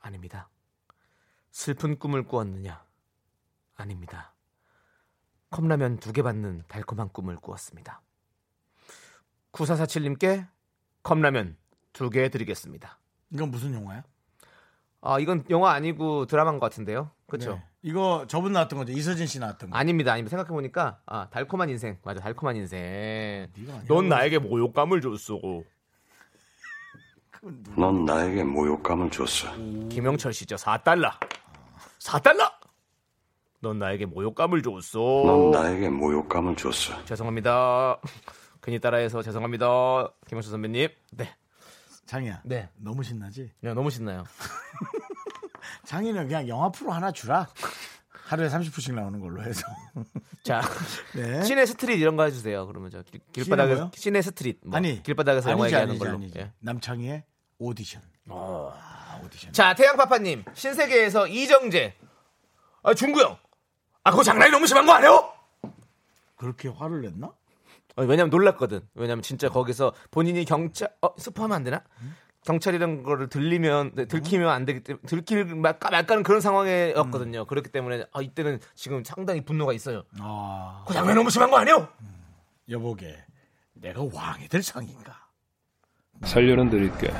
S3: 아닙니다. 슬픈 꿈을 꾸었느냐? 아닙니다. 컵라면 두 개 받는 달콤한 꿈을 꾸었습니다. 9447님께 컵라면 두 개 드리겠습니다.
S2: 이건 무슨 영화야?
S3: 아, 이건 영화 아니고 드라마인 것 같은데요. 그렇죠?
S2: 네. 이거 저분 나왔던 거죠. 이서진 씨 나왔던 거.
S3: 아닙니다. 아닙니다. 생각해 보니까 아, 달콤한 인생. 맞아. 달콤한 인생.
S2: 네가 많이
S3: 넌 나에게 모욕감을 줬어.
S7: 넌 나에게 모욕감을 줬어.
S3: 김영철 씨죠. 4달러. 4달러. 넌 나에게 모욕감을
S7: 넌
S3: 줬어.
S7: 나에게 모욕감을 줬어.
S3: 죄송합니다. 괜히 따라해서 죄송합니다. 김영철 선배님. 네.
S2: 장이야.
S3: 네.
S2: 너무 신나지?
S3: 네, 너무 신나요.
S2: 장이는 그냥 영화 프로 하나 주라. 하루에 30분씩 나오는 걸로 해서.
S3: 자.
S2: 네.
S3: 시내 스트릿 이런 거 해주세요. 그러면 저 길,
S2: 뭐요?
S3: 길바닥에서 시내 스트릿. 뭐,
S2: 아니
S3: 길바닥에서 영화
S2: 아니지,
S3: 얘기하는
S2: 아니지,
S3: 걸로.
S2: 아니지.
S3: 예.
S2: 남창희의 오디션. 아, 오디션.
S3: 자, 태양파파님 신세계에서 이정재. 아, 중구 형. 아, 그거 장난이 너무 심한 거 아니에요?
S2: 그렇게 화를 냈나?
S3: 어, 왜냐면 놀랐거든. 왜냐면 진짜 거기서 본인이 경찰, 어, 스포하면 안 되나? 경찰이란 거를 들리면, 네, 들키면 안 되기 때문에, 들킬 말까 말까는 그런 상황이었거든요.
S2: 음.
S3: 그렇기 때문에, 아, 이때는 지금 상당히 분노가 있어요.
S2: 아,
S3: 그 장면 너무 심한 거 아니에요?
S2: 여보게, 내가 왕이 될 상인가?
S8: 살려는 드릴게.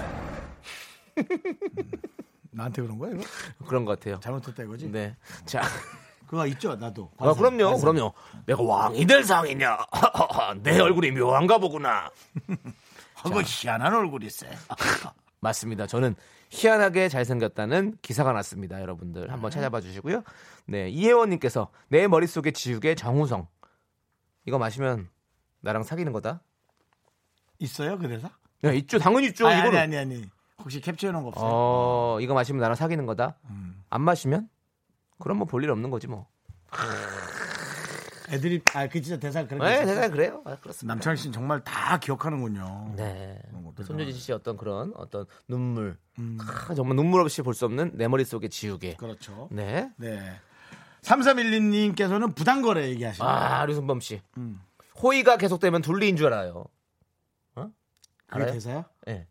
S2: 나한테 그런 거야 이거?
S3: 그런 것 같아요.
S2: 잘못했다 이거지?
S3: 네. 자.
S2: 그거 있죠, 나도.
S3: 아,
S2: 관상,
S3: 그럼요,
S2: 관상.
S3: 그럼요. 내가 왕이 될 상이냐? 내 얼굴이 묘한가 보구나.
S2: 그거 희한한 얼굴이세. 아,
S3: 맞습니다. 저는 희한하게 잘생겼다는 기사가 났습니다. 여러분들 한번 찾아봐 주시고요. 네, 이혜원님께서 내 머릿속에 지우개 정우성 이거 마시면 나랑 사귀는 거다.
S2: 있어요 그 대사?
S3: 야, 있죠, 당연히 있죠.
S2: 아니,
S3: 이거
S2: 아니
S3: 는
S2: 아니 아니. 혹시 캡처해놓은 거 없어요?
S3: 어, 이거 마시면 나랑 사귀는 거다. 안 마시면 그럼 뭐 볼 일 없는 거지 뭐.
S2: 애들이 아그 진짜 대사 그렇게.
S3: 네,
S2: 있었어?
S3: 제가 그래요. 아, 그렇습니다.
S2: 남창희 씨는 정말 다 기억하는군요.
S3: 네.
S2: 뭐 대단하네.
S3: 손재진 씨 어떤 그런 어떤 눈물, 아, 정말 눈물 없이 볼 수 없는 내 머릿속의 지우개.
S2: 그렇죠.
S3: 네.
S2: 네. 3312님께서는 부당거래 얘기하시네요.
S3: 아, 류승범 씨.
S2: 음.
S3: 호의가 계속되면 둘리인 줄 알아요.
S2: 그게
S3: 알아요?
S2: 대사야?
S3: 예.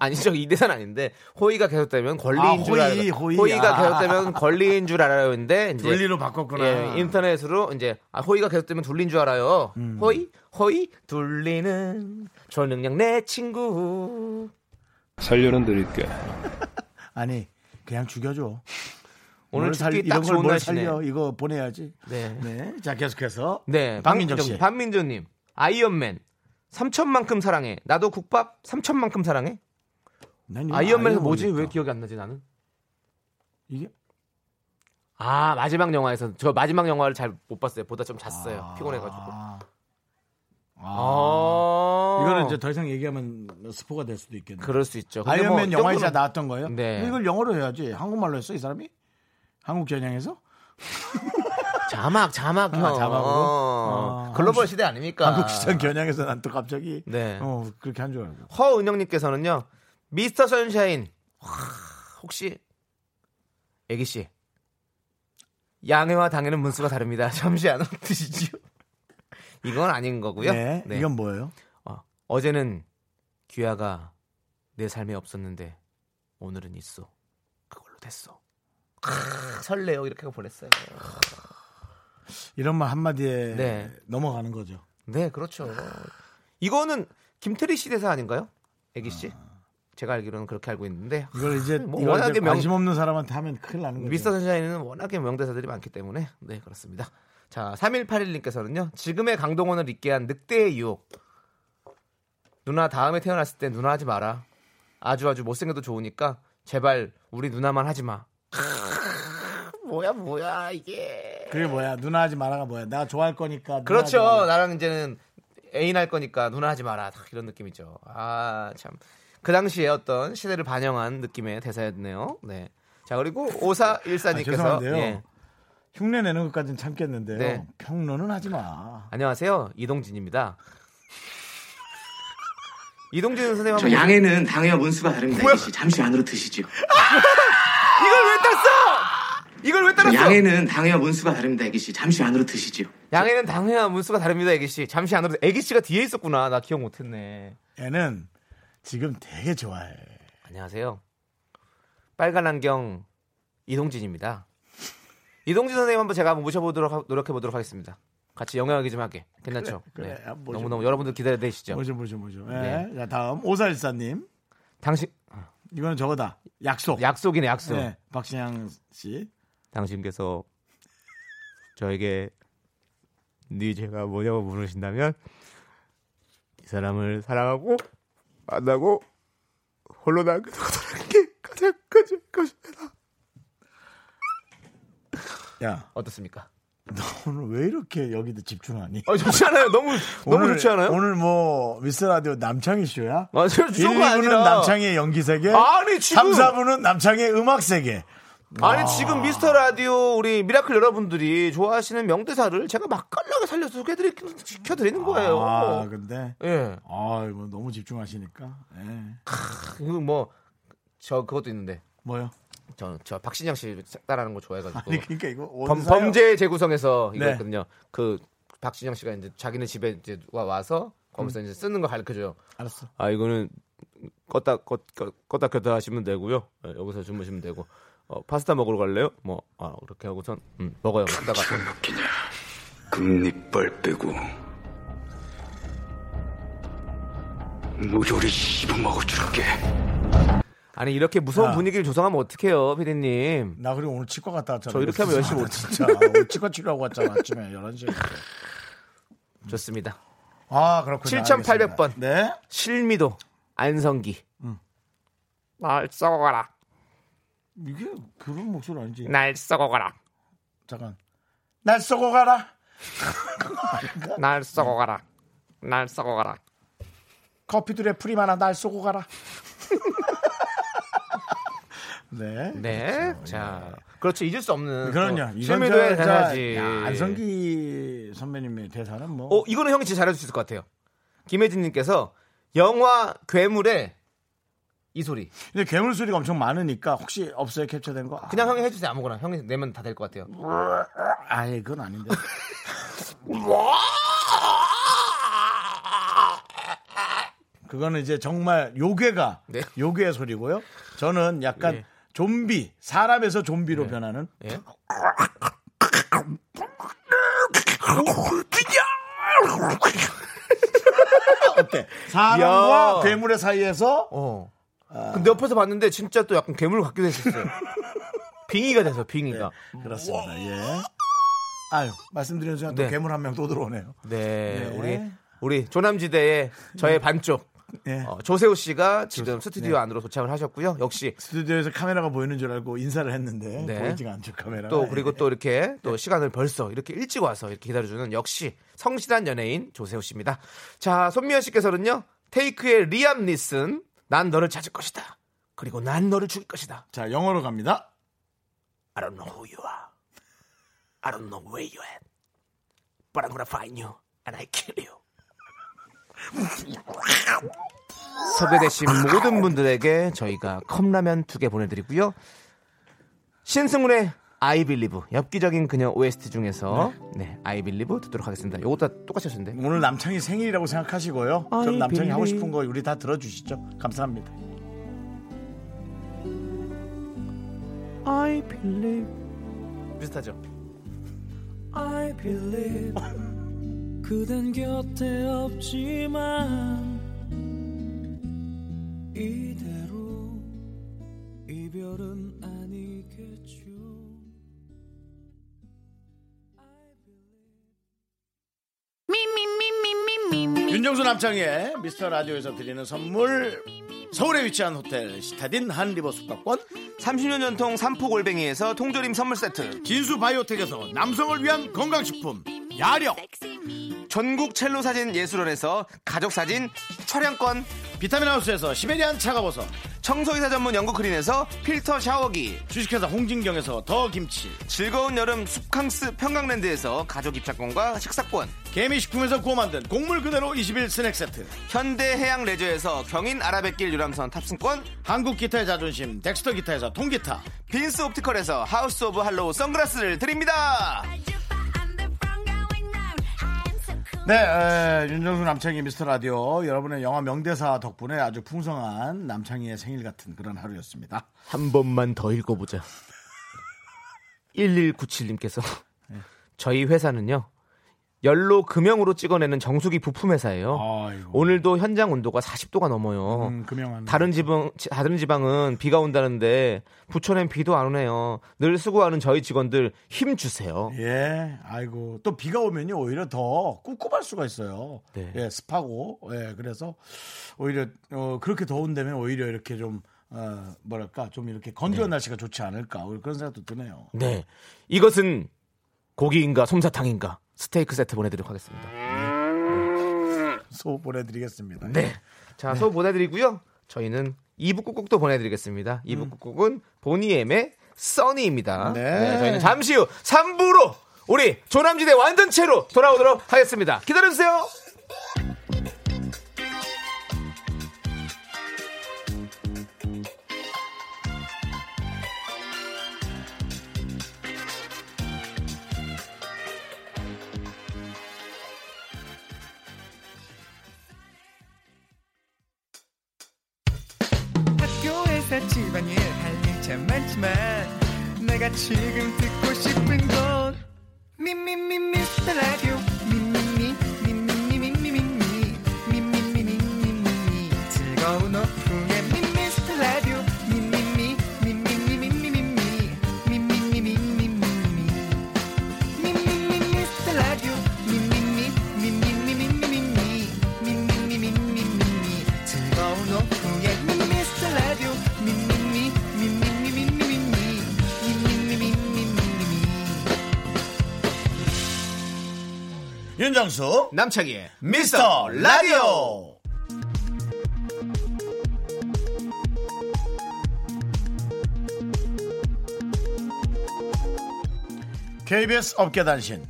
S3: 아니 저이 대사는 아닌데 호의가 계속되면 권리인
S2: 아,
S3: 줄
S2: 호의,
S3: 알아요.
S2: 호의.
S3: 가
S2: 아.
S3: 계속되면 권리인 줄 알아요. 근데 이제
S2: 둘리로 바꿨구나.
S3: 예, 인터넷으로 이제 아, 호의가 계속되면 둘린 줄 알아요.
S2: 음.
S3: 호의 호의 둘리는 초능력 내 친구.
S8: 살려는 드릴게.
S2: 아니 그냥 죽여줘.
S3: 오늘
S2: 뭘 살-
S3: 죽기
S2: 이런
S3: 딱 좋은
S2: 걸뭘
S3: 날씨네.
S2: 살려 이거 보내야지.
S3: 네.
S2: 네. 자 계속해서
S3: 네.
S2: 박민정 씨.
S3: 박민정 님. 아이언맨 3천만큼 사랑해. 나도 국밥 3천만큼 사랑해.
S2: 음, 난 이거
S3: 아이언맨에서 뭐지?
S2: 모르겠다.
S3: 왜 기억이 안 나지 나는?
S2: 이게
S3: 아 마지막 영화에서 저 마지막 영화를 잘 못 봤어요. 보다 좀 잤어요. 피곤해가지고.
S2: 아.
S3: 아.
S2: 이거는 이제 더 이상 얘기하면 스포가 될 수도 있겠네.
S3: 그럴 수 있죠. 근데 뭐
S2: 아이언맨 영화이자
S3: 정도는-
S2: 나왔던 거예요?
S3: 네.
S2: 이걸 영어로 해야지. 한국말로 했어 이 사람이? 한국 전향에서?
S3: 자막 자막
S2: 아,
S3: 형.
S2: 자막으로?
S3: 어.
S2: 아,
S3: 글로벌
S2: 한국-
S3: 시대 아닙니까?
S2: 한국 시장 겨냥에서 난 또 갑자기
S3: 네.
S2: 어, 그렇게 한 줄 알고.
S3: 허은영님께서는요. 미스터 선샤인. 와, 혹시 애기 씨 양해와 당해는 문수가 다릅니다. 잠시 안 드시죠. 이건 아닌 거고요.
S2: 네.
S3: 네.
S2: 이건 뭐예요?
S3: 어, 어제는 귀하가 내 삶에 없었는데 오늘은 있어. 그걸로 됐어. 크, 아, 설레요 이렇게 보냈어요.
S2: 이런 말 한마디에
S3: 네.
S2: 넘어가는 거죠.
S3: 네, 그렇죠. 이거는 김태리 씨 대사 아닌가요? 애기 씨. 제가 알기로는 그렇게 알고 있는데
S2: 이걸 이제
S3: 뭐
S2: 이걸
S3: 워낙에
S2: 이제
S3: 명-
S2: 관심 없는 사람한테 하면 큰일 나는 거죠.
S3: 미스터 선샤인은 워낙에 명대사들이 많기 때문에 네 그렇습니다. 자 3181님께서는요 지금의 강동원을 잊게 한 늑대의 유혹 누나 다음에 태어났을 때 누나 하지 마라 아주 아주 못생겨도 좋으니까 제발 우리 누나만 하지 마 뭐야 뭐야 이게
S2: 그게 뭐야? 누나 하지 마라가 뭐야? 나 좋아할 거니까. 누나
S3: 그렇죠
S2: 하지 마라.
S3: 나랑 이제는 애인 할 거니까 누나 하지 마라 딱 이런 느낌이죠 아 참 그 당시에 어떤 시대를 반영한 느낌의 대사였네요 네자 그리고
S2: 아,
S3: 5414님께서 예.
S2: 죄송한데요. 흉내 내는 것까지는 참겠는데요.
S3: 네.
S2: 평론은 하지 마.
S3: 안녕하세요. 이동진입니다. 이동진 선생님
S6: 저
S3: 한번
S6: 양해는 당해와 문수가 다릅니다. 이기 씨, 잠시 안으로 드시죠.
S3: 이걸 왜 땄어? 이걸 왜
S6: 저
S3: 따랐어?
S6: 양해는 당해와 문수가 다릅니다. 이기 씨, 잠시 안으로 드시죠.
S3: 양해는 당해와 문수가 다릅니다, 애기 씨. 잠시 안으로 애기 씨가 뒤에 있었구나. 나 기억 못 했네.
S2: 얘는 지금 되게 좋아해.
S3: 안녕하세요. 빨간 안경 이동진입니다. 이동진 선생님 한번 제가 한번 모셔보도록 하- 노력해 보도록 하겠습니다. 같이 영향하기 좀 하게. 괜찮죠? 네.
S2: 그래, 그래. 한번 모셔보자.
S3: 너무 너무 여러분들 기다려 되시죠.
S2: 뭐죠, 뭐죠, 뭐죠.
S3: 네.
S2: 예. 자, 다음 오사일사님.
S3: 당신
S2: 이거는 저거다. 약속.
S3: 약속이네, 약속.
S2: 네, 박신양 씨.
S3: 당신께서 저에게 네 죄가 뭐냐고 물으신다면 이 사람을 사랑하고 만나고 홀로 남겨도 돌아가는 게 가장 가장 가장
S2: 야,
S3: 어떻습니까?
S2: 너 오늘 왜 이렇게 여기도 집중하니?
S3: 아 좋지 않아요? 너무 너무
S2: 오늘-
S3: 좋지 않아요?
S2: 오늘 뭐 미스 라디오 남창희 쇼야?
S3: 아, 저-
S2: 일,
S3: 쇼가
S2: 이부는
S3: 아니라-
S2: 남창희의 연기 세계.
S3: 아니, 지금-
S2: 3, 4부는 남창희의 음악 세계.
S3: 아니 지금 미스터 라디오 우리 미라클 여러분들이 좋아하시는 명대사를 제가 맛깔나게 살려서 소개드리 시켜드리는 거예요.
S2: 아, 근데
S3: 예,
S2: 아, 이거 너무 집중하시니까. 예.
S3: 이거 그 뭐저 그것도 있는데
S2: 뭐요?
S3: 저 저 박신양 씨 따라하는 거 좋아해가지고
S2: 아니 그러니까 이거
S3: 범,
S2: 어디서요?
S3: 범죄 재구성에서
S2: 네.
S3: 이거거든요. 그 박진영 씨가 이제 자기네 집에 이제 누가 와서 거기서 이제 쓰는 거 가르쳐줘요.
S2: 알았어.
S3: 음. 아 이거는 껐다 껐, 껐, 껐다 켰다 하시면 되고요. 예, 여기서 주무시면 되고 어, 파스타 먹으러 갈래요? 뭐 아, 그렇게 하고선 음, 먹어요. 먹다가
S7: 웃기냐? 금리빨 빼고 무조리 씹어먹어 줄게.
S3: 아니 이렇게 무서운
S2: 야.
S3: 분위기를 조성하면 어떡해요, 피디님?
S2: 나 그리고 오늘 치과 갔다 왔잖아.
S3: 저 이렇게 하면 열심히
S2: 아,
S3: 못-
S2: 진짜 오늘 치과 치료하고 왔잖아 아침에 11시에.
S3: 좋습니다.
S2: 아, 그렇군요.
S3: 7800 번.
S2: 알겠습니다. 네.
S3: 실미도 안성기. 날 썩어가라.
S2: 이게 그런 목소리 아니지.
S3: 날 썩어가라.
S2: 잠깐. 날 쏘고 가라.
S3: 날 썩어가라. 날 썩어가라.
S2: 커피들의 프리마나 날 쏘고 가라. 네.
S3: 네. 자, 그렇죠. 잊을 수 없는.
S2: 그럼요.
S3: 또
S2: 이건
S3: 실미도의
S2: 저- 저-
S3: 대사지.
S2: 야, 안성기 선배님의 대사는 뭐.
S3: 어, 이거는 형이 진짜 잘해줄 수 있을 것 같아요. 김혜진님께서 영화 괴물의 이 소리.
S2: 근데 괴물 소리가 엄청 많으니까 혹시 없어요 캡처된 거?
S3: 그냥 형이 해주세요. 아무거나. 형이 내면 다 될 것 같아요.
S2: 아, 아예 그건 아닌데. 그거는 이제 정말 요괴가
S3: 네.
S2: 요괴의 소리고요. 저는 약간
S3: 예.
S2: 좀비 사람에서 좀비로 변하는
S3: 예.
S2: 어때? 사람과
S3: 야.
S2: 괴물의 사이에서
S3: 어. 근데 옆에서 봤는데 진짜 또 약간 괴물 같기도 했었어요. 빙의가 돼서 빙의가.
S2: 그렇습니다. 예. 아유 말씀드리는 순간 또
S3: 네.
S2: 괴물 한 명 또 들어오네요.
S3: 네,
S2: 네.
S3: 우리 우리 조남지대의 저의 반쪽
S2: 예.
S3: 어, 조세호 씨가 지금 스튜디오 안으로 도착을 하셨고요. 역시
S2: 스튜디오에서 카메라가 보이는 줄 알고 인사를 했는데
S3: 네.
S2: 보이지가 예. 않죠 카메라.
S3: 또 그리고 또 이렇게 또 시간을 벌써 이렇게 일찍 와서 이렇게 기다려주는 역시 성실한 연예인 조세호 씨입니다. 자 손미연 씨께서는요 테이크의 리암 니슨 난 너를 찾을 것이다. 그리고 난 너를 죽일 것이다.
S2: 자 영어로 갑니다.
S3: I don't know who you are. I don't know where you at. But I'm gonna find you and I kill you. 섭외되신 모든 분들에게 저희가 컵라면 두 개 보내드리고요. 신승훈의 I Believe 엽기적인 그녀 OST 중에서 네, I Believe 듣도록 하겠습니다. 요것도 다 똑같이 하셨는데
S2: 오늘 남창이 생일이라고 생각하시고요. 그럼 남창이 하고 싶은 거 우리 다 들어주시죠. 감사합니다.
S3: 비슷하죠?
S9: 그댄 곁에 없지만 이대로 이별은 아니겠죠
S2: 윤정수 남창의 미스터 라디오에서 드리는 선물 서울에 위치한 호텔 시타딘 한 리버 숙박권
S3: 30년 전통 삼포골뱅이에서 통조림 선물 세트
S2: 진수 바이오텍에서 남성을 위한 건강식품 야력
S3: 전국 첼로 사진 예술원에서 가족 사진 촬영권
S2: 비타민 하우스에서 시베리안 차가버섯
S3: 청소이사 전문 영국 크린에서 필터 샤워기
S2: 주식회사 홍진경에서 더 김치
S3: 즐거운 여름 숲캉스 평강랜드에서 가족 입장권과 식사권
S2: 개미식품에서 구워 만든 곡물 그대로 21 스낵 세트
S3: 현대해양 레저에서 경인 아라뱃길 유람선 탑승권
S2: 한국 기타의 자존심 덱스터 기타에서 통기타
S3: 빈스 옵티컬에서 하우스 오브 할로우 선글라스를 드립니다
S2: 네, 에, 윤정수 남창희 미스터 라디오 여러분의 영화 명대사 덕분에 아주 풍성한 남창희의 생일 같은 그런 하루였습니다.
S3: 한 번만 더 읽어보자 1197님께서 저희 회사는요 열로 금형으로 찍어내는 정수기 부품 회사예요
S2: 아이고.
S3: 오늘도 현장 온도가 40도가 넘어요
S2: 음, 금영한
S3: 다른 지방 지- 다른 지방은 비가 온다는데 부천엔 비도 안 오네요. 늘 수고하는 저희 직원들 힘 주세요.
S2: 예, 아이고 또 비가 오면요 오히려 더 꿉꿉할 수가 있어요.
S3: 네.
S2: 예, 습하고 예, 그래서 오히려 어, 그렇게 더운 데면 오히려 이렇게 좀 어, 뭐랄까 좀 이렇게 건조한 날씨가 좋지 않을까 오히려 그런 생각도 드네요.
S3: 네, 이것은 고기인가 솜사탕인가 스테이크 세트 보내드리도록 하겠습니다.
S2: 소 보내드리겠습니다. 예.
S3: 네, 자소 보내드리고요. 저희는 이부 꾹꾹도 보내드리겠습니다. 이부 꾹꾹은 보니엠의 써니입니다.
S2: 네.
S3: 저희는 잠시 후 3부로 우리 조남지대 완전체로 돌아오도록 하겠습니다. 기다려주세요.
S10: 학교에서 집안일 할 일 참 많지만 내가 지금 듣고 싶은 건 미미미 미스터 라디오 미미미 미미미 미미미 미미미 미미미 미미미 즐거운 오후에 미스터 라디오 미미미 미미미 미미미 미미미 미미미 미미미
S2: 윤정수
S3: 남창희의
S2: 미스터 라디오. KBS 업계 단신.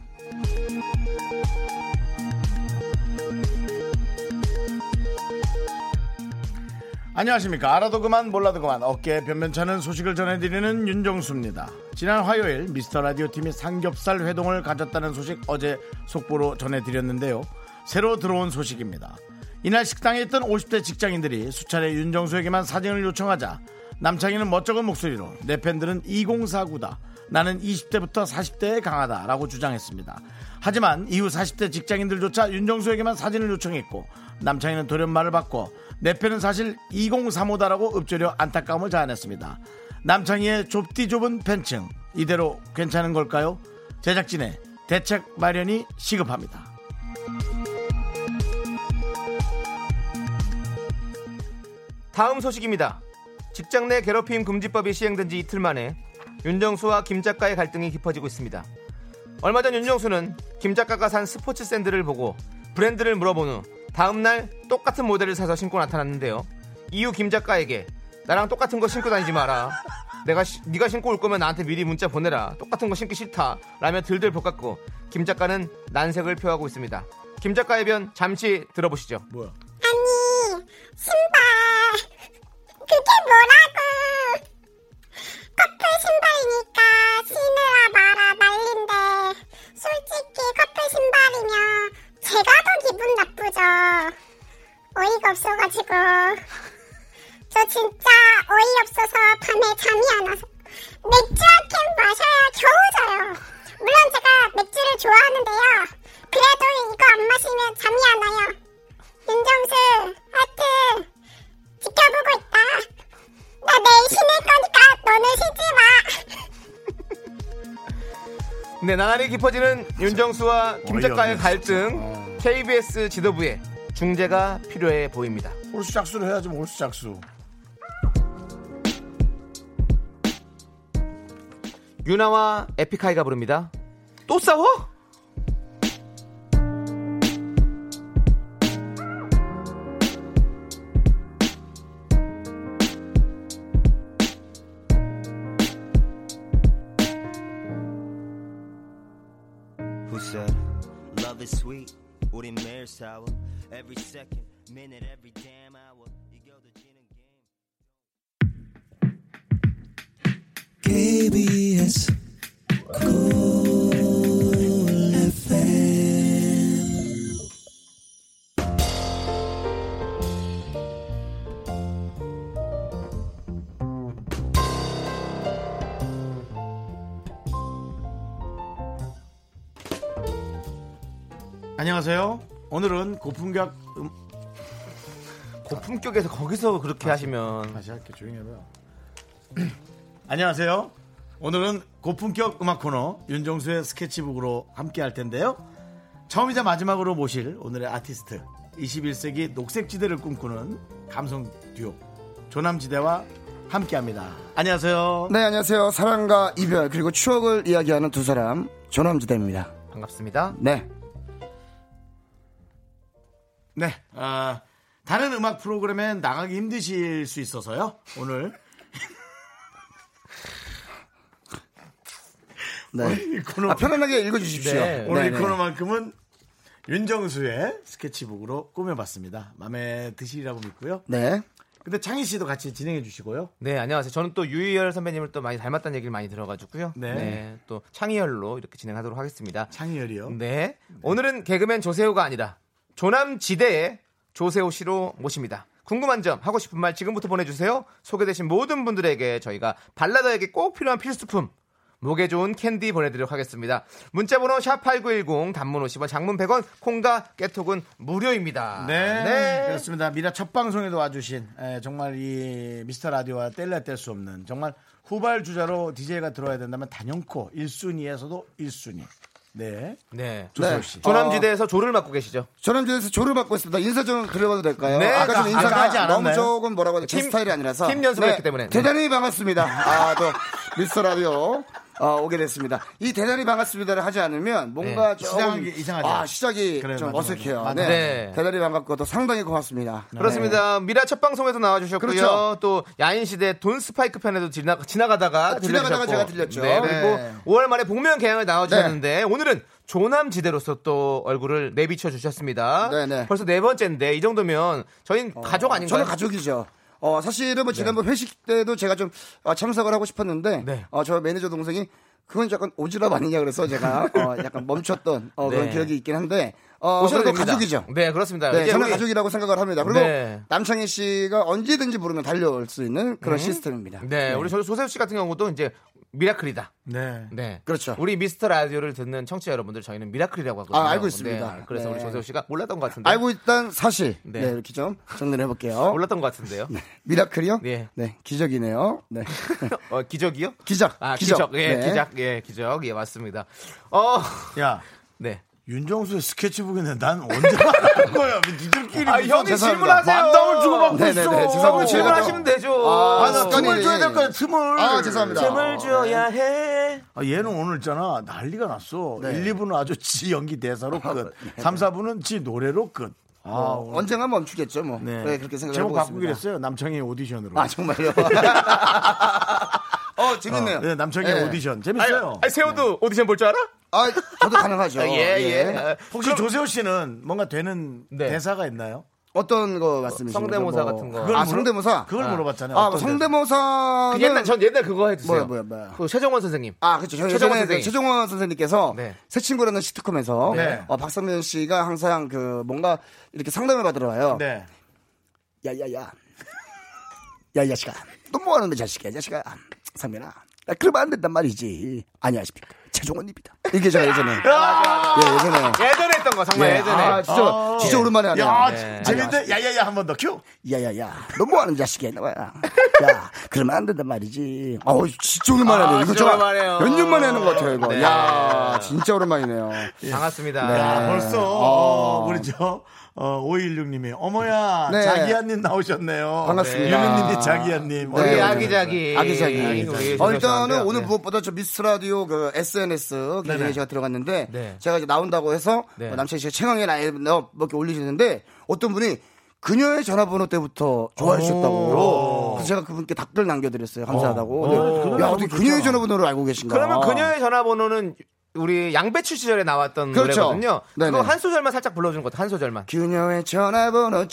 S2: 안녕하십니까. 알아도 그만 몰라도 그만 어깨에 변변찮은 소식을 전해드리는 윤정수입니다. 지난 화요일 미스터 라디오 팀이 삼겹살 회동을 가졌다는 소식 어제 속보로 전해드렸는데요. 새로 들어온 소식입니다. 이날 식당에 있던 50대 직장인들이 수차례 윤정수에게만 사진을 요청하자 남창희는 멋쩍은 목소리로 내 팬들은 2049다. 나는 20대부터 40대에 강하다라고 주장했습니다. 하지만 이후 40대 직장인들조차 윤정수에게만 사진을 요청했고 남창희는 돌연말을 받고 내 팬은 사실 2035다라고 읊조려 안타까움을 자아냈습니다. 남창희의 좁디 좁은 팬층 이대로 괜찮은 걸까요? 제작진의 대책 마련이 시급합니다.
S3: 다음 소식입니다. 직장 내 괴롭힘 금지법이 시행된 지 이틀 만에 윤정수와 김 작가의 갈등이 깊어지고 있습니다. 얼마 전 윤정수는 김 작가가 산 스포츠 샌들을 보고 브랜드를 물어본 후 다음날 똑같은 모델을 사서 신고 나타났는데요. 이후 김 작가에게 나랑 똑같은 거 신고 다니지 마라. 내가 시- 네가 신고 올 거면 나한테 미리 문자 보내라. 똑같은 거 신기 싫다. 라며 들들 볶았고 김 작가는 난색을 표하고 있습니다. 김 작가의 변 잠시 들어보시죠.
S2: 뭐야?
S5: 아니, 신발. 그게 뭐라고. 커플 신발이니까 신을 맥주 한 캔 마셔야 겨우 자요. 물론 제가 맥주를 좋아하는데요. 그래도 이거 안 마시면 잠이 안 와요. 윤정수, 하트, 지켜보고 있다. 나 내일 쉬는 거니까 너는 쉬지 마.
S3: 네, 나날이 깊어지는 윤정수와 김 작가의
S2: 어이없네,
S3: 갈등. KBS 지도부에 중재가 필요해 보입니다.
S2: 홀수 작수를 해야지 뭐 홀수 작수.
S3: 유나와 에픽하이가 부릅니다. 또 싸워?
S11: who said, Love is sweet, 우린 매일 싸워. Every second, minute, every damn hour. 이겨도
S9: KBS 쿨 FM
S2: 안녕하세요. 오늘은 고품격 음...
S3: 고품격에서 거기서 그렇게 하시면
S2: 다시 할게 조용히 해봐요. 안녕하세요. 오늘은 고품격 음악 코너 윤정수의 스케치북으로 함께 할 텐데요. 처음이자 마지막으로 모실 오늘의 아티스트 21세기 녹색지대를 꿈꾸는 감성 듀오 조남지대와 함께합니다. 안녕하세요.
S12: 네, 안녕하세요. 사랑과 이별 그리고 추억을 이야기하는 두 사람 조남지대입니다.
S3: 반갑습니다.
S12: 네,
S2: 네. 아, 다른 음악 프로그램에 나가기 힘드실 수 있어서요. 오늘
S12: 네.
S2: 코너-
S12: 아, 편안하게 읽어주십시오.
S2: 네, 오늘
S12: 네,
S2: 이
S12: 네.
S2: 코너만큼은 윤정수의 스케치북으로 꾸며봤습니다. 마음에 드시리라고 믿고요.
S12: 네.
S2: 근데 창희 씨도 같이 진행해 주시고요.
S3: 네, 안녕하세요. 저는 또 유희열 선배님을 또 많이 닮았다는 얘기를 많이 들어가지고요.
S2: 네.
S3: 또 창희열로 이렇게 진행하도록 하겠습니다.
S2: 창희열이요.
S3: 네. 오늘은 개그맨 조세호가 아니라 조남 지대의 조세호 씨로 모십니다. 궁금한 점, 하고 싶은 말 지금부터 보내주세요. 소개되신 모든 분들에게 저희가 발라더에게 꼭 필요한 필수품, 목에 좋은 캔디 보내드리도록 하겠습니다. 문자번호 샵8910, 단문 50원, 장문 100원, 콩과 깨톡은 무료입니다.
S2: 네, 그렇습니다. 미라 첫 방송에도 와주신 에, 정말 이 미스터 라디오와 뗄래야 뗄 수 없는 정말 후발 주자로 DJ가 들어야 된다면 단연코 1순위에서도 1순위. 네.
S3: 네. 어.
S2: 조세호
S12: 네.
S2: 씨.
S3: 조남지대에서 조를 맡고 계시죠.
S12: 조남지대에서 조를 받고 있습니다. 인사 좀 드려봐도 될까요?
S3: 네,
S12: 아까 좀
S3: 아까-
S12: 인사가
S3: 아까 하지
S12: 너무
S3: 않았나요?
S12: 조금 뭐라고 해야 돼? 제
S3: 팀-
S12: 스타일이 아니라서
S3: 팀 연습을 했기 때문에. 네.
S12: 대단히 반갑습니다. 아, 또 미스터 라디오. 어, 오게 됐습니다. 이 대단히 반갑습니다를 하지 않으면 뭔가
S2: 네.
S12: 조금
S2: 시작이 이상하죠.
S12: 아, 시작이
S2: 그래요,
S12: 좀
S2: 맞아요,
S12: 어색해요.
S2: 맞아요. 네.
S12: 네.
S3: 네.
S12: 대단히 반갑고 또 상당히 고맙습니다.
S3: 그렇습니다. 미라 첫 방송에서 나와주셨고요.
S12: 네. 그렇죠.
S3: 또 야인시대 돈 스파이크 편에도 지나, 지나가다가
S12: 아, 지나가다가
S3: 들려주셨고.
S12: 제가 들렸죠.
S3: 네, 그리고
S12: 네.
S3: 5월 말에 복면 개항을 나와주셨는데 오늘은 조남지대로서 또 얼굴을 내비쳐 주셨습니다.
S12: 네, 네.
S3: 벌써 네 번째인데 이 정도면 저희는 가족 아닌가요?
S12: 저는 가족이죠. 어, 사실은 뭐 지난번
S2: 네.
S12: 회식 때도 제가 좀 어, 참석을 하고 싶었는데,
S3: 네.
S12: 어, 저 매니저 동생이 그건 약간 오지랖 아니냐 그래서 제가 어, 약간 멈췄던 어, 그런
S3: 네.
S12: 기억이 있긴 한데, 어,
S3: 오셔도
S12: 그래도
S3: 됩니다.
S12: 가족이죠.
S3: 네, 그렇습니다.
S12: 네,
S3: 이제
S12: 저는
S3: 우리-
S12: 가족이라고 생각을 합니다. 그리고
S3: 네.
S12: 남창희 씨가 언제든지 부르면 달려올 수 있는 그런 시스템입니다.
S3: 네, 우리 저 조세호 씨 같은 경우도 이제 미라클이다.
S2: 네.
S3: 네.
S12: 그렇죠.
S3: 우리 미스터 라디오를 듣는 청취자 여러분들 저희는 미라클이라고 하거든요.
S12: 아, 알고 있습니다.
S3: 네, 그래서
S12: 네.
S3: 우리 조세호 씨가 몰랐던 것 같은데.
S12: 알고 있던 사실.
S3: 네.
S12: 네, 이렇게 좀 정리를 해볼게요.
S3: 몰랐던 것 같은데요.
S12: 미라클이요?
S3: 예.
S12: 네, 기적이네요. 네.
S3: 어, 기적이요?
S12: 기적.
S3: 아, 기적. 예,
S12: 네.
S3: 기적. 예, 기적. 예, 맞습니다. 어,
S2: 야,
S3: 네.
S2: 윤정수의 스케치북인데 난 언제 말할 거야? 뭐 니들끼리
S3: 아,
S2: 무슨-
S3: 형이
S12: 죄송합니다.
S3: 질문하세요.
S2: 만담을 주고받고
S12: 네네네,
S2: 있어.
S12: 죄송합니다.
S3: 형이 질문하시면 되죠.
S12: 아,
S2: 아, 나 틈을
S12: 습관이-
S2: 줘야 될 거야, 틈을.
S12: 아, 네. 죄송합니다.
S3: 틈을 줘야 해.
S2: 아, 얘는 오늘 있잖아. 난리가 났어.
S12: 네.
S2: 1, 2부는 아주 지 연기 대사로 끝. 3, 4부는 지 노래로 끝. 아,
S12: 어, 언젠가 멈추겠죠, 뭐. 네. 그렇게 생각을
S2: 제목
S12: 해보겠습니다.
S2: 바꾸기로 했어요. 남창희 오디션으로.
S12: 아 정말요? 어 재밌네요.
S2: 네, 남창희
S12: 예.
S2: 오디션. 재밌어요.
S3: 아니, 세호도 오디션 볼 줄 알아?
S12: 아 네. 저도 가능하죠.
S3: 예, 예.
S2: 혹시 조세호 씨는 뭔가 되는
S3: 네.
S2: 대사가 있나요?
S12: 어떤 거 말씀이신가요?
S3: 성대모사 같은 거.
S12: 아
S2: 물어-
S12: 성대모사.
S2: 그걸 물어봤잖아요.
S12: 아
S2: 어떤
S12: 성대모사.
S3: 그 옛날, 전 옛날 그거 해주세요.
S12: 아, 네. 뭐야, 뭐야, 뭐야.
S3: 그 최정원 선생님.
S12: 아, 그렇죠. 저희
S3: 최정원
S12: 최정원 선생님.
S3: 선생님.
S12: 최정원 선생님께서
S3: 네.
S12: 새 친구라는 시트콤에서
S2: 네.
S12: 어, 박상민 씨가 항상 그 뭔가 이렇게 상담을 받으러 와요.
S2: 네.
S12: 야야야. 야이 자식아. 또 뭐 하는데 자식이야, 자식아. 상민아. 나 그러면 안 된단 말이지. 아니하십니까. 최종원입니다. 이게 제가 예전에.
S13: 아,
S12: 예, 예전에.
S3: 예전에 했던 거 정말
S12: 예,
S3: 예전에.
S12: 아, 진짜,
S3: 어.
S12: 진짜 오랜만에 하네.
S2: 야, 재밌는데? 야야야 한 번 더 큐.
S12: 야야야, 너 뭐하는 자식이야, 너야. 야, 그러면 안 된단 말이지. 어우, 진짜 오랜만에
S13: 아,
S12: 하네. 이거
S13: 진짜
S12: 제가
S13: 오랜만에요.
S12: 몇 년 만에 하는 것 같아요, 이거.
S13: 네.
S12: 야, 진짜 오랜만이네요.
S3: 반갑습니다.
S12: 네.
S2: 야, 벌써 아. 어, 우리 저 어, 516님이 어머야
S12: 네.
S2: 자기야님 나오셨네요.
S12: 반갑습니다.
S2: 유민님이 자기야님.
S12: 네,
S2: 어디에
S3: 아기자기.
S12: 아기자기.
S3: 아기자기. 네.
S12: 어, 일단은 오늘 무엇보다 저 미스 라디오 그 SNS 계정에
S2: 네네.
S12: 제가 들어갔는데
S3: 네.
S12: 제가 이제 나온다고 해서
S3: 네.
S12: 뭐 남창희 씨가 최강의 나이 몇개 올리시는데 어떤 분이 그녀의 전화번호 때부터 좋아하셨다고. 그래서 제가 그분께 댓글 남겨드렸어요. 감사하다고.
S3: 어.
S12: 근데
S3: 어, 그건
S12: 야,
S3: 너무
S12: 어떻게
S3: 좋죠.
S12: 그녀의 전화번호를 알고 계신가?
S3: 그러면 그녀의 전화번호는 우리 양배추 시절에 나왔던
S12: 그렇죠.
S3: 노래거든요.
S12: 네네.
S3: 그거 한 소절만 살짝 불러주는 것도 한 소절만.
S12: 그녀의 전화번호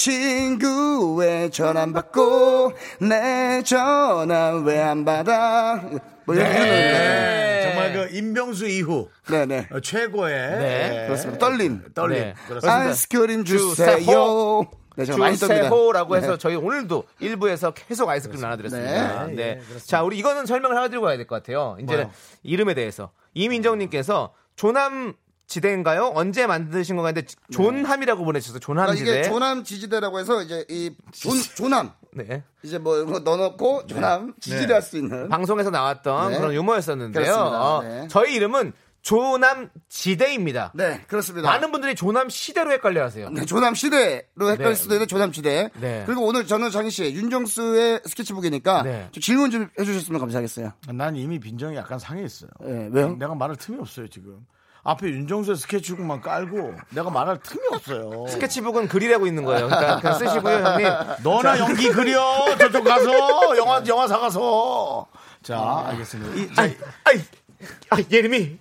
S12: 친구의 전화 안 받고 내 전화 왜 안 받아? 뭐 이런 이런 노래.
S2: 네. 정말 그 임병수 이후
S12: 네네.
S2: 어, 최고의
S3: 네.
S12: 그렇습니다. 떨림.
S2: 떨림.
S3: 네.
S2: 그렇습니다.
S12: 아이스크림 주세요.
S3: 주세요.
S12: 네, 제가 많이 뜹니다.
S3: 주세호라고 해서
S12: 네.
S3: 저희 오늘도 일부에서 계속 아이스크림 나눠드렸습니다. 네. 자, 우리 이거는 설명을 해드리고 가야 될 것 같아요. 이제 는 이름에 대해서 이민정님께서 조남 지대인가요? 언제 만드신 건가 했는데 존함이라고 보내주셔서
S12: 그러니까
S3: 존함 지대.
S12: 네. 이게 조남 지지대라고 해서 이제 이 조, 조남
S3: 네.
S12: 이제 뭐 이런 거 넣어놓고 조남 지지대 할 수 있는
S3: 방송에서 나왔던
S12: 네.
S3: 그런 유머였었는데요.
S12: 그렇습니다.
S3: 어,
S12: 네.
S3: 저희 이름은 조남 지대입니다.
S12: 네 그렇습니다.
S3: 많은 분들이 조남 시대로 헷갈려하세요.
S12: 네, 조남 시대로 헷갈릴
S3: 네.
S12: 수도 있는 조남 시대.
S3: 네.
S12: 그리고 오늘 저는 장희 씨 윤정수의 스케치북이니까
S3: 네.
S12: 좀 질문 좀 해주셨으면 감사하겠어요.
S2: 난 이미 빈정이 약간 상해 있어요.
S12: 예, 왜요?
S2: 내가 말할 틈이 없어요 지금. 앞에 윤정수의 스케치북만 깔고 내가 말할 틈이 없어요.
S3: 스케치북은 글이라고 있는 거예요. 그러니까 그냥 쓰시고요, 형님.
S2: 너나 연기 그려 저쪽 가서 영화 영화 사가서. 네. 자 알겠습니다. 이, 자,
S3: 아이, 아, 예림이.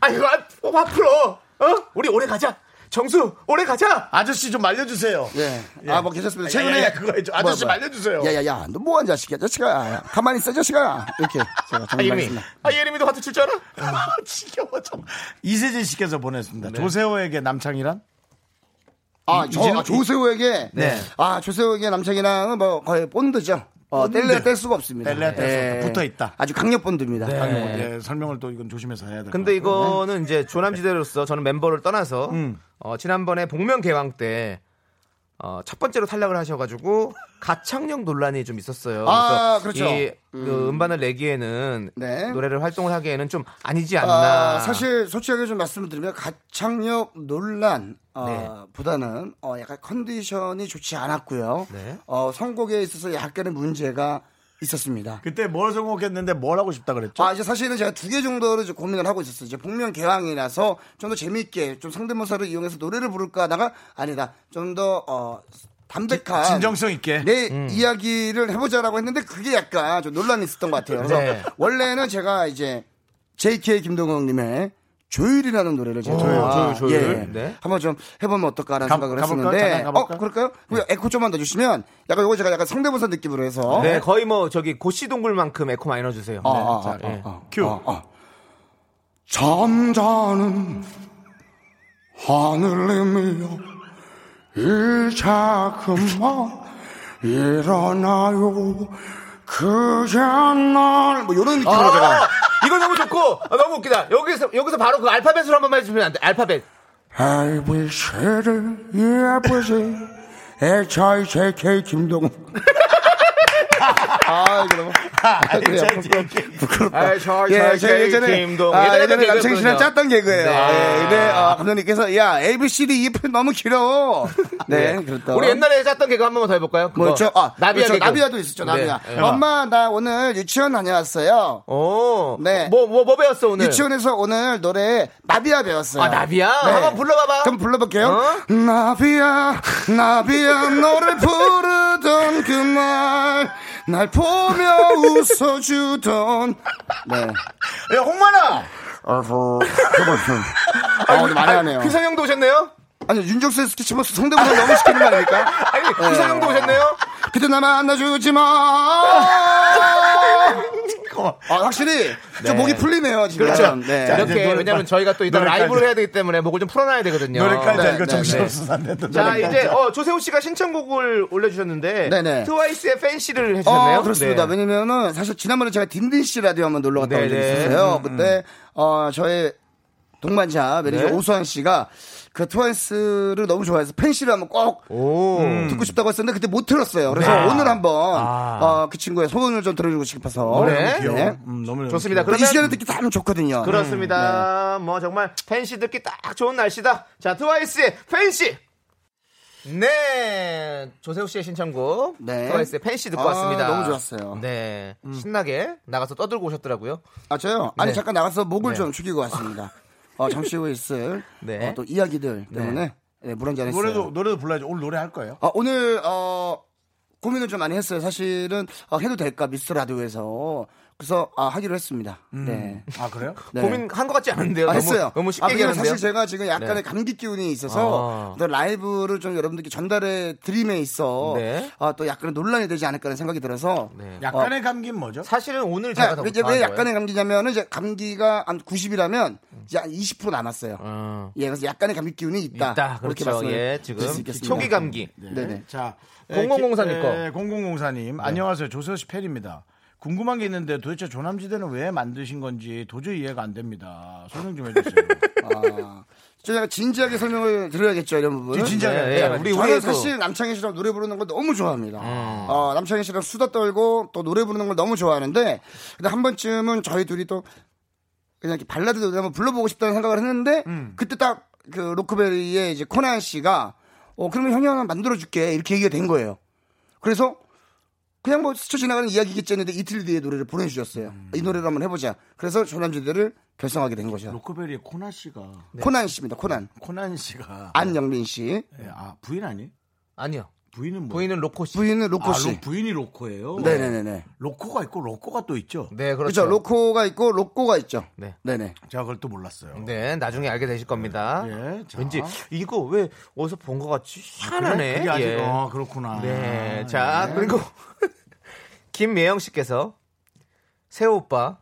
S3: 아이고, 아, 앞으로. 어? 우리 오래 가자. 정수, 오래 가자.
S2: 아저씨 좀 말려주세요.
S3: 네.
S12: 예. 아, 뭐
S2: 네. 야,
S12: 괜찮습니다.
S3: 예,
S12: 최근에 뭐,
S2: 야, 야, 그거 해줘. 뭐, 아저씨 말려주세요.
S12: 야야야, 너 뭐한 자식이야, 자식아. 가만히 있어, 자식아. 이렇게 제가
S3: 아, 예림이.
S12: 정리하겠습니다.
S3: 아, 예림이도 화투 칠줄 알아?
S2: 지겨워 정 이세진 씨께서 보냈습니다. 조세호에게 남창이란?
S12: 아, 저,
S2: 이제는- 네.
S12: 아, 조세호에게 아 조세호에게 남창이랑은 뭐 거의 본드죠. 어,
S2: 본드.
S12: 뗄래야 뗄 수가 없습니다.
S2: 뗄래야 뗄 수가
S12: 예.
S2: 없다. 붙어있다.
S12: 아주 강력 본드입니다.
S2: 예, 설명을 또 이건 조심해서 해야 돼.
S3: 근데 이거는 이제 조남지대로서 저는 멤버를 떠나서, 어, 지난번에 복면개왕 때, 어, 첫 번째로 탈락을 하셔가지고, 가창력 논란이 좀 있었어요.
S12: 아,
S3: 그래서
S12: 그렇죠.
S3: 이, 그 음반을 내기에는,
S12: 네.
S3: 노래를 활동을 하기에는 좀 아니지 않나.
S12: 아, 사실 솔직하게 좀 말씀드리면 가창력 논란 어,
S3: 네.
S12: 보다는 어, 약간 컨디션이 좋지 않았고요.
S3: 네.
S12: 어, 선곡에 있어서 약간의 문제가 있었습니다.
S2: 그때 뭘 선곡했는데 뭘 하고 싶다 그랬죠?
S12: 아, 이제 사실은 제가 두 개 정도를 이제 고민을 하고 있었어요. 이제 복면 개왕이라서 좀 더 재미있게 좀 상대모사를 이용해서 노래를 부를까 하다가 아니다. 좀 더 어, 담백한
S2: 진정성 있게.
S12: 내 네. 이야기를 해보자라고 했는데 그게 약간 좀 논란이 있었던 것 같아요. 그래서
S3: 네.
S12: 원래는 제가 이제 JK 김동영님의 조율이라는 노래를 제가
S3: 조율,
S12: 아,
S3: 조율, 조율.
S12: 예.
S3: 네.
S12: 한번 좀 해보면 어떨까라는
S2: 가-
S12: 생각을
S2: 가볼까요?
S12: 했었는데
S2: 잠깐 가볼까요?
S12: 어 그럴까요? 그럼 에코 좀만 더 주시면 약간 요거 제가 약간 상대모사 느낌으로 해서
S3: 네, 거의 뭐 저기 고시 동굴만큼 에코 많이 넣어주세요.
S12: 아,
S3: 네,
S12: 아,
S3: 자,
S12: 아,
S3: 예.
S12: 아, 아,
S2: 큐.
S12: 아, 아. 잠자는 하늘님이여 이제 그만 일어나요 그제 날뭐 이런 느낌으로
S3: 아!
S12: 제가
S3: 이거 너무 좋고 아, 너무 웃기다. 여기서 여기서 바로 그 알파벳으로 한 번만 해주면 안 돼? 알파벳.
S12: ABCD EFG HIJK 김동욱 아 그럼 아, 그래요. 부끄럽다.
S3: 아이, 저,
S12: 예,
S3: 저,
S12: 제가
S3: 저,
S12: 예전에
S3: 김동.
S12: 아,
S3: 예전에
S12: 예전에
S3: 했던
S12: 남창희 씨랑
S3: 개그였군요.
S12: 짰던 개그예요.
S3: 네.
S12: 네. 예, 네, 아, 감독님께서 야 A B C D E F 너무 길어. 네, 그렇다.
S3: 우리 옛날에 짰던 개그 한 번만 더 해볼까요? 그거.
S12: 뭐죠? 아,
S3: 나비야
S12: 그렇죠.
S3: 개그.
S12: 나비야도 있었죠. 나비야.
S3: 네.
S12: 엄마 나 오늘 유치원 다녀왔어요.
S3: 오,
S12: 네.
S3: 뭐, 뭐, 뭐 배웠어 오늘?
S12: 유치원에서 오늘 노래 나비야 배웠어요. 네.
S3: 아, 나비야? 한번 불러봐봐.
S12: 그럼 불러볼게요.
S3: 어?
S12: 나비야, 나비야, 너를 부르던 그날, 날 보며 웃어주던. 네.
S2: 야 홍만아,
S12: 어허. 아, 오늘 많이 하네요.
S3: 휘성형도 오셨네요.
S12: 아니, 윤정수의 스케치버스 성대모사 너무 시키는 거 아닙니까?
S3: 아니 휘성형도 오셨네요.
S12: 그때 나 만나주지 마.
S2: 자꾸.
S12: 아, 확실히 좀 목이 풀리네요, 진짜.
S3: 그렇죠.
S12: 네.
S3: 자, 이렇게 왜냐면 저희가 또 이따
S12: 노래까지.
S3: 라이브를 해야 되기 때문에 목을 좀 풀어놔야 되거든요.
S2: 네,
S3: 네.
S12: 노래까지 하니까
S2: 정신없어서 안 된다.
S3: 자
S12: 노래까지.
S3: 이제 어, 조세호 씨가 신청곡을 올려주셨는데
S12: 네네.
S3: 트와이스의 팬시를 해주셨네요.
S12: 어, 그렇습니다.
S3: 네.
S12: 왜냐면은 사실 지난번에 제가 딘딘 씨 라디오 한번 놀러 갔다 온 적이
S3: 네네.
S12: 있었어요.
S3: 음,
S12: 그때 어, 저의 동반자 매니저
S3: 네.
S12: 오수환 씨가 그 트와이스를 너무 좋아해서 팬 씨를 한번 꼭 음, 듣고 싶다고 했었는데 그때 못 들었어요. 그래서
S3: 네.
S12: 오늘 한번
S3: 아.
S12: 어, 그 친구의 소원을 좀 들어주고 싶어서
S3: 네. 좋습니다.
S12: 이
S3: 그러면
S12: 시간에 듣기 참 좋거든요. 음, 네.
S3: 그렇습니다. 뭐 정말 팬시 듣기 딱 좋은 날씨다. 자 트와이스의 팬시. 네, 조세호 씨의 신청곡
S12: 네.
S3: 트와이스의 팬시 듣고
S12: 아,
S3: 왔습니다.
S12: 너무 좋았어요. 음.
S3: 네, 신나게 나가서 떠들고 오셨더라고요.
S12: 아 저요? 아니
S3: 네.
S12: 잠깐 나가서 목을
S3: 네.
S12: 좀 죽이고 왔습니다. 어, 잠시 후에 있을
S3: 네.
S12: 어, 또 이야기들 때문에 네, 물 한잔 했어요.
S2: 노래도 노래도 불러야죠. 오늘 노래 할 거예요.
S12: 아, 오늘 어, 고민을 좀 많이 했어요. 사실은 아, 해도 될까 미스 라디오에서 그래서 아, 하기로 했습니다. 네.
S2: 아 그래요?
S12: 네.
S3: 고민한 것 같지 않은데요.
S12: 아,
S3: 음. 너무,
S12: 했어요.
S3: 너무 쉽게
S12: 아, 왜냐면
S3: 얘기하는데요.
S12: 사실 제가 지금 약간의
S3: 네.
S12: 감기 기운이 있어서
S3: 아.
S12: 또 라이브를 좀 여러분들께 전달해 드림에 있어
S3: 네.
S12: 아, 또 약간의 논란이 되지 않을까라는 생각이 들어서
S3: 네.
S2: 약간의 감기는 뭐죠?
S3: 사실은 오늘
S12: 자,
S3: 제가 더
S12: 왜, 네, 이제 왜 약간의 감기냐면은 이제 감기가 한 90이라면 이제 한 20% 남았어요.
S3: 어.
S12: 예, 그래서 약간의 감기 기운이 있다.
S3: 있다.
S12: 그렇게
S3: 그렇죠.
S12: 말씀을
S3: 예,
S12: 드릴
S3: 지금
S12: 수 있겠습니다.
S3: 초기 감기.
S12: 네, 네.
S2: 자,
S3: 0004님 거.
S2: 0004님 안녕하세요. 조세호 씨 팬입니다. 궁금한 게 있는데 도대체 조남지대는 왜 만드신 건지 도저히 이해가 안 됩니다. 설명 좀 해주세요.
S12: 아, 제가 진지하게 설명을 드려야겠죠, 이런 부분.
S2: 진지하게.
S3: 네,
S2: 예,
S3: 우리
S12: 저는
S3: 우리에도 음.
S12: 사실 남창희 씨랑 노래 부르는 걸 너무 좋아합니다. 어, 남창희 씨랑 수다 떨고 또 노래 부르는 걸 너무 좋아하는데, 근데 한 번쯤은 저희 둘이 또 그냥 이렇게 발라드 노래 한번 불러보고 싶다는 생각을 했는데,
S2: 음.
S12: 그때 딱 그 로크베리의 이제 코난 씨가, 어, 그러면 형이 하나 만들어줄게. 이렇게 얘기가 된 거예요. 그래서 그냥 뭐 스쳐 지나가는 이야기겠지 했는데 이틀 뒤에 노래를 보내주셨어요. 이 노래를 한번 해보자. 그래서 조남지대를 결성하게 된 거죠.
S2: 로크베리의 코나 씨가
S12: 코난 씨입니다. 코난.
S2: 코난 씨가
S12: 안영민 씨.
S2: 예, 아 부인 아니?
S3: 아니요.
S2: 부인은 뭐?
S3: 부인은 로코 씨.
S12: 부인은
S2: 아,
S12: 로코 씨.
S2: 로, 부인이 로코예요.
S12: 네네네네.
S2: 로코가 있고 로코가 또 있죠.
S3: 네,
S12: 그렇죠.
S3: 그렇죠.
S12: 로코가 있고 로꼬가 있죠.
S3: 네.
S12: 네네.
S2: 제가 그걸 또 몰랐어요.
S3: 네, 나중에 알게 되실 겁니다.
S2: 예, 자.
S3: 왠지 이거 왜 어디서 본 것 같지? 희한하네.
S2: 그래? 그게 아직
S3: 예.
S2: 어, 그렇구나.
S3: 네, 자 그리고 김예영 씨께서 새우 오빠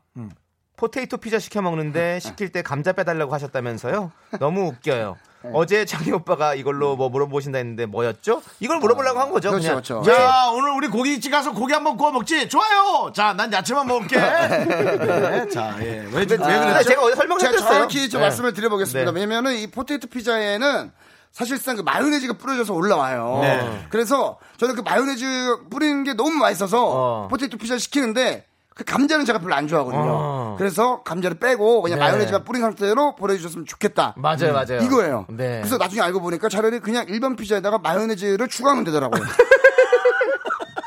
S3: 포테이토 피자 시켜 먹는데 시킬 때 감자 빼달라고 하셨다면서요? 너무 웃겨요. 어제 장희 오빠가 이걸로 뭐 물어보신다 했는데 뭐였죠? 이걸 물어보려고 한 거죠.
S12: 그렇죠,
S3: 그냥.
S12: 그렇죠.
S3: 자,
S2: 자, 오늘 우리 고깃집 가서 고기 한번 구워 먹지? 좋아요! 자, 난 야채만 먹을게. 네, 자, 예. 왜, 왜
S3: 근데
S2: 그랬죠?
S3: 아. 제가 어제
S12: 제가
S3: 설명해드렸어요.
S12: 정확히 좀
S3: 네.
S12: 말씀을 드려보겠습니다.
S3: 네.
S12: 왜냐면은 이 포테이토 피자에는 사실상 그 마요네즈가 뿌려져서 올라와요.
S2: 네.
S12: 그래서 저는 그 마요네즈 뿌리는 게 너무 맛있어서
S3: 어.
S12: 포테이토 피자 를 시키는데 그 감자는 제가 별로 안 좋아하거든요.
S3: 어.
S12: 그래서 감자를 빼고 그냥
S3: 네.
S12: 마요네즈가 뿌린 상태로 보내주셨으면 좋겠다.
S3: 맞아요, 맞아요.
S12: 음, 이거예요.
S3: 네.
S12: 그래서 나중에 알고 보니까 차라리 그냥 일반 피자에다가 마요네즈를 추가하면 되더라고요.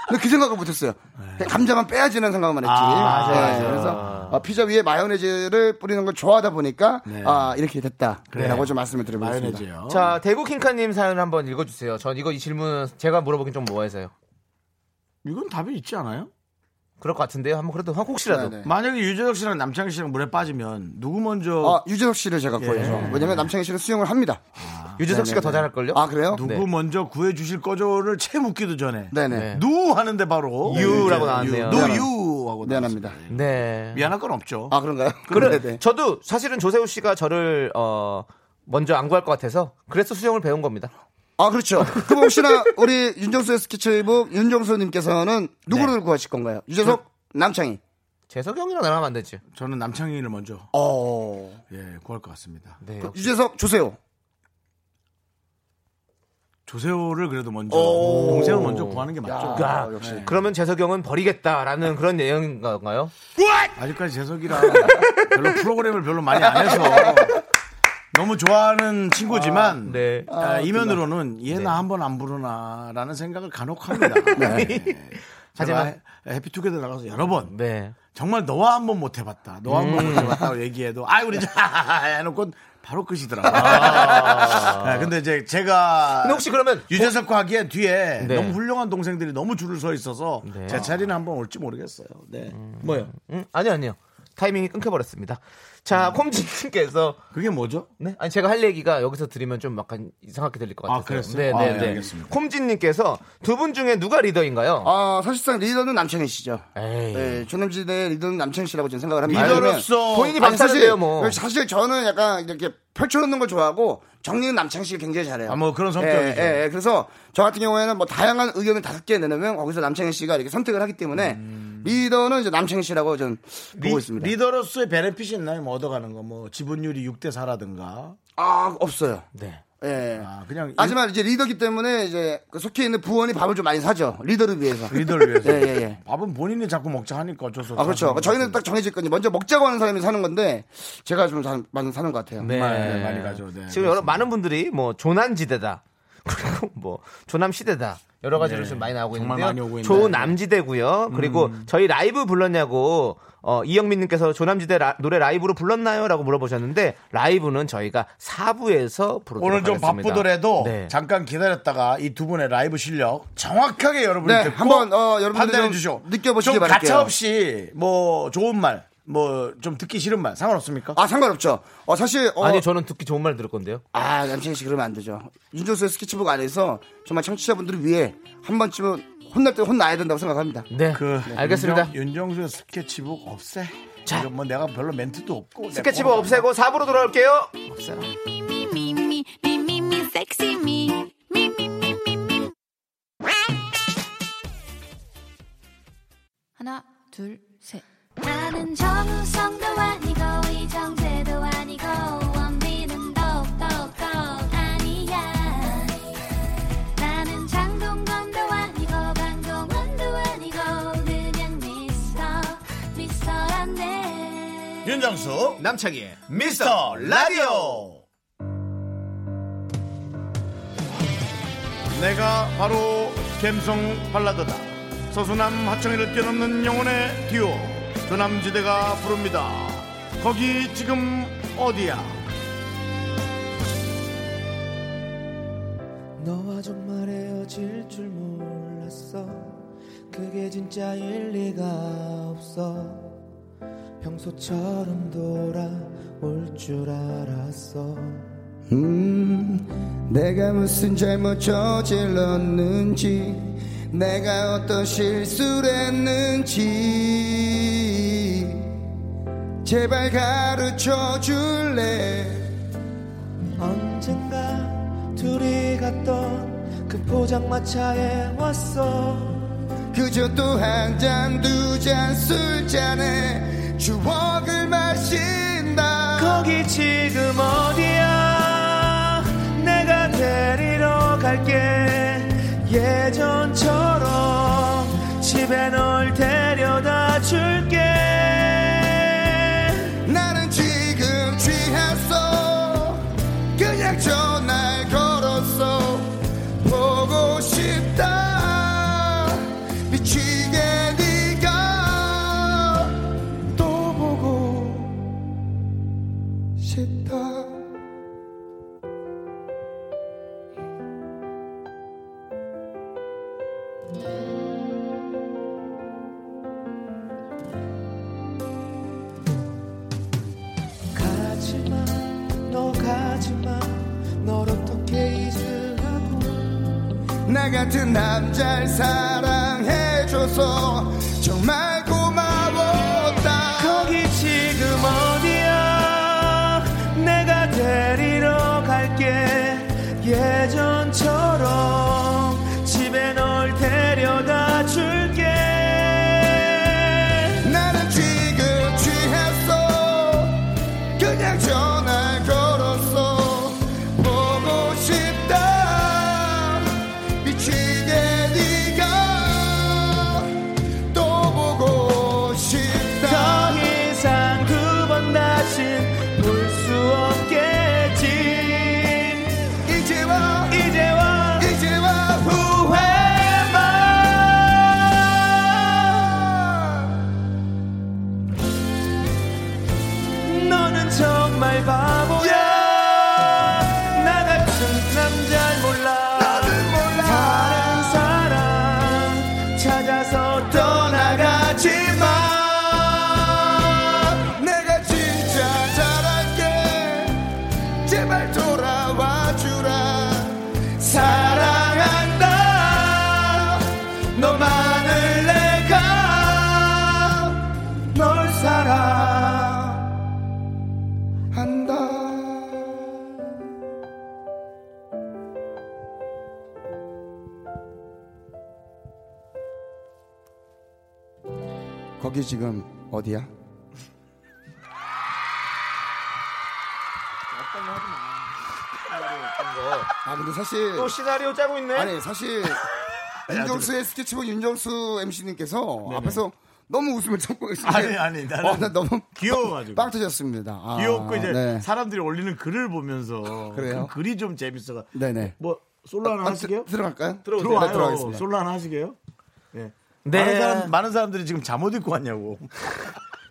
S12: 근데 그 생각을 못했어요. 그냥 감자만 빼야지는 생각만 했지.
S2: 네. 아, 맞아요,
S12: 네,
S2: 맞아요.
S12: 그래서 어, 피자 위에 마요네즈를 뿌리는 걸 좋아하다 보니까
S2: 네.
S12: 아 이렇게 됐다라고
S2: 그래요.
S12: 좀 말씀을 드려보겠습니다.
S2: 마요네즈요.
S3: 자 대구 킹카님 사연 한번 읽어주세요. 전 이거 이 질문 제가 물어보긴 좀 뭐해서요.
S2: 이건 답이 있지 않아요?
S3: 그럴 것 같은데요. 한번 그래도 혹시라도
S12: 네, 네.
S2: 만약에 유재석 씨랑 남창희 씨랑 물에 빠지면 누구
S12: 어,
S2: 먼저
S12: 유재석 씨를
S2: 예.
S12: 제가 구해줘. 왜냐면 남창희 씨는 수영을 합니다.
S3: 유재석 씨가 더 잘할 걸요.
S12: 아 그래요?
S2: 누구
S3: 네.
S2: 먼저 구해 주실 거죠를 채 묻기도 전에
S12: 네네.
S3: 네.
S2: 누 하는데 바로
S3: 유라고 나왔네요.
S2: 누유 하고
S12: 미안합니다.
S3: 네.
S2: 미안할 건 없죠.
S12: 아 그런가요?
S3: 그래,
S12: 네네.
S3: 저도 사실은 조세호 씨가 저를 어, 먼저 안 구할 것 같아서 그래서 수영을 배운 겁니다.
S12: 아 그렇죠. 그럼 혹시나 우리 윤정수의 스케치북 윤정수님께서는 누구를
S2: 네.
S12: 구하실 건가요? 유재석, 남창희.
S3: 재석이 형이랑 나랑 안 되지.
S2: 저는 남창희를 먼저
S12: 어.
S2: 예 구할 것 같습니다.
S3: 네.
S12: 그 유재석 주세요.
S2: 조세호를 그래도 먼저 동생을 먼저 구하는 게 맞죠.
S3: 아,
S12: 역시.
S3: 그러면 재석이 형은 버리겠다라는 그런 내용인 건가요?
S2: 아직까지 재석이랑 별로 프로그램을 별로 많이 안 해서 너무 좋아하는 친구지만
S3: 네.
S2: 아, 이면으로는 얘나 한 번 안 부르나라는 생각을 간혹 합니다. 네. 제가
S3: 하지만-
S2: 해피투게더 나가서 여러 번
S3: 네.
S2: 정말 너와 한 번 못 해봤다. 너와 한 번
S3: 음.
S2: 못 해봤다고 얘기해도 아 우리 자 해놓고 바로 끝이더라고. 요 근데 이제 제가
S3: 아. 근데 혹시 그러면
S2: 유재석과 하기에 뒤에
S3: 뭐- 네.
S2: 너무 훌륭한 동생들이 너무 줄을 서 있어서 제 차례는 한번 올지 모르겠어요. 네. 뭐요?
S3: 음, 아니요 아니요. 타이밍이 끊겨버렸습니다. 자,
S2: 음.
S3: 콤지님께서
S2: 그게 뭐죠?
S3: 네, 아니 제가 할 얘기가 여기서 드리면 좀 약간 이상하게 들릴 것 같아서.
S2: 아, 그랬어요?
S3: 네,
S2: 아,
S3: 네,
S2: 예,
S3: 네.
S2: 알겠습니다.
S3: 콤지님께서 두 분 중에 누가 리더인가요?
S12: 아, 사실상 리더는 남창희 씨죠.
S3: 에이.
S12: 네, 조남지대 리더는 남창희 씨라고 저는 생각을 합니다.
S2: 리더로서
S12: 왜냐면-
S3: 본인이
S12: 아니, 사실,
S3: 박사세요, 뭐.
S12: 사실 저는 약간 이렇게 펼쳐놓는 걸 좋아하고 정리는 남창희 씨가 굉장히 잘해요.
S2: 아, 뭐 그런 성격이죠.
S12: 예, 예, 예. 그래서 저 같은 경우에는 뭐 다양한 의견을 다섯 개 내놓으면 거기서 남창희 씨가 이렇게 선택을 하기 때문에 리더는 이제 남창희 씨라고 저는 보고
S2: 음.
S12: 있습니다.
S2: 리, 더로서의 베네핏이 있나요? 뭐 얻어가는 거, 뭐 지분율이 6대 4라든가.
S12: 아, 없어요.
S3: 네.
S12: 예.
S2: 아, 그냥
S12: 하지만 이제 리더기 때문에 이제 그 속해 있는 부원이 밥을 좀 많이 사죠. 리더를 위해서.
S2: 일- 리더를 위해서.
S12: 예, 예, 예.
S2: 네. 밥은 본인이 자꾸 먹자 하니까 어쩔 수 없어.
S12: 아, 그렇죠. 저희는 딱 정해질 거니 먼저 먹자고 하는 사람이 사는 건데 제가 좀 사- 많이 사는 것 같아요.
S3: 네.
S2: 많이, 많이 가죠. 네,
S3: 지금 여러 많은 분들이 뭐 조난지대다 그리고 뭐 조남시대다 여러 가지로
S2: 네.
S3: 좀 많이 나오고
S2: 정말
S3: 있는데요.
S2: 많이 오고 음. 있네요.
S3: 조남지대고요. 그리고 저희 라이브 불렀냐고 어, 이영민님께서 조남지대 라- 노래 라이브로 불렀나요?라고 물어보셨는데 라이브는 저희가 4부에서 부르도록
S2: 오늘 좀
S3: 하겠습니다.
S2: 바쁘더라도
S3: 네.
S2: 잠깐 기다렸다가 이 두 분의 라이브 실력 정확하게 여러분이
S12: 네,
S2: 듣고
S12: 한번, 어, 여러분들
S2: 판단해
S12: 좀
S2: 주시오.
S12: 느껴보시기
S2: 좀
S12: 바랄게요.
S2: 가차없이 뭐 좋은 말, 뭐 좀 듣기 싫은 말 상관없습니까?
S12: 아, 상관없죠. 어, 사실 어,
S3: 아니 저는 듣기 좋은 말 들을 건데요.
S12: 아, 남창희 씨 그러면 안 되죠. 윤정수의 스케치북 안에서 정말 청취자분들을 위해 한 번쯤은 혼날 때 혼나야 된다고 생각합니다.
S3: 네,
S2: 그
S3: 알겠습니다.
S2: 윤정, 수의 스케치북 없애.
S3: 자.
S2: 이건 뭐 내가 별로 멘트도 없고 내
S3: 스케치북
S2: 코너가
S3: 없애고 4부로 돌아올게요.
S2: 없애라.
S14: 하나, 둘, 셋. 나는 정우성도 아니고 이정재도 아니고 원빈은 더욱더 아니야. 나는 장동건도 아니고 강동원도 아니고 그냥 미스터 미스터란데.
S2: 윤정수
S3: 남창희
S2: 미스터 라디오. 내가 바로 갬성 발라드다. 서수남 하청이를 뛰어넘는 영혼의 듀오 조남지대가 부릅니다. 거기 지금 어디야?
S9: 너와 정말 헤어질 줄 몰랐어 그게 진짜 일리가 없어 평소처럼 돌아올 줄 알았어
S12: 음, 내가 무슨 잘못 저질렀는지, 내가 어떤 실수를 했는지, 제발 가르쳐 줄래?
S9: 언젠가 둘이 갔던 그 포장마차에 왔어
S12: 그저 또 한 잔, 두 잔, 술잔에 추억을 마신다.
S9: 거기 지금 어디야 내가 데리러 갈게 예전처럼 집에 널 데려다 줄게
S12: 나는 지금 취했어 그냥 전화를 걸었어 보고 싶다 미치게 네가 또 보고 싶다
S9: 가지마 너 가지마 널 어떻게 잊으라고
S12: 나 같은 남자를 사랑해줘서 정말 고마웠다
S9: 거기 지금 어디야 내가 데리러 갈게 예전처럼 집에 널 데려다 줄게
S12: 나는 지금 취했어 그냥 전화 걸었어 보고 싶다 미치게 네가 또 보고 싶다
S9: 더 이상 두 번 다신 볼 수 없겠지
S12: 이제와
S9: 이제와
S12: 이제와
S9: 후회만 너는 정말 바보야 나 같은 남잘 몰라
S12: 나는 몰라
S9: 다른 사람 찾아서 떠나가지 마
S12: 거기 지금 어디야? 아 근데 사실
S2: 어,
S3: 또 시나리오 짜고 있네.
S12: 아니 사실 윤정수의 스케치북 윤정수 MC님께서 앞에서 너무 웃음을 참고 계시는데
S2: 아니, 아니, 나는
S12: 어, 나 너무
S2: 귀여워가지고.
S12: 빵 터졌습니다. 아,
S2: 귀엽고 이제
S12: 네.
S2: 사람들이 올리는 글을 보면서
S12: 그래요?
S2: 그 글이 좀 재밌어가.
S12: 네네.
S2: 뭐 솔로 하나
S12: 아,
S2: 하시게요?
S12: 들- 들어갈까요?
S2: 들어와요.
S12: 네, 들어가겠습니다.
S2: 솔로 하나 하시게요? 네.
S3: 네.
S2: 많은, 사람, 많은 사람들이 지금 잠옷 입고 왔냐고.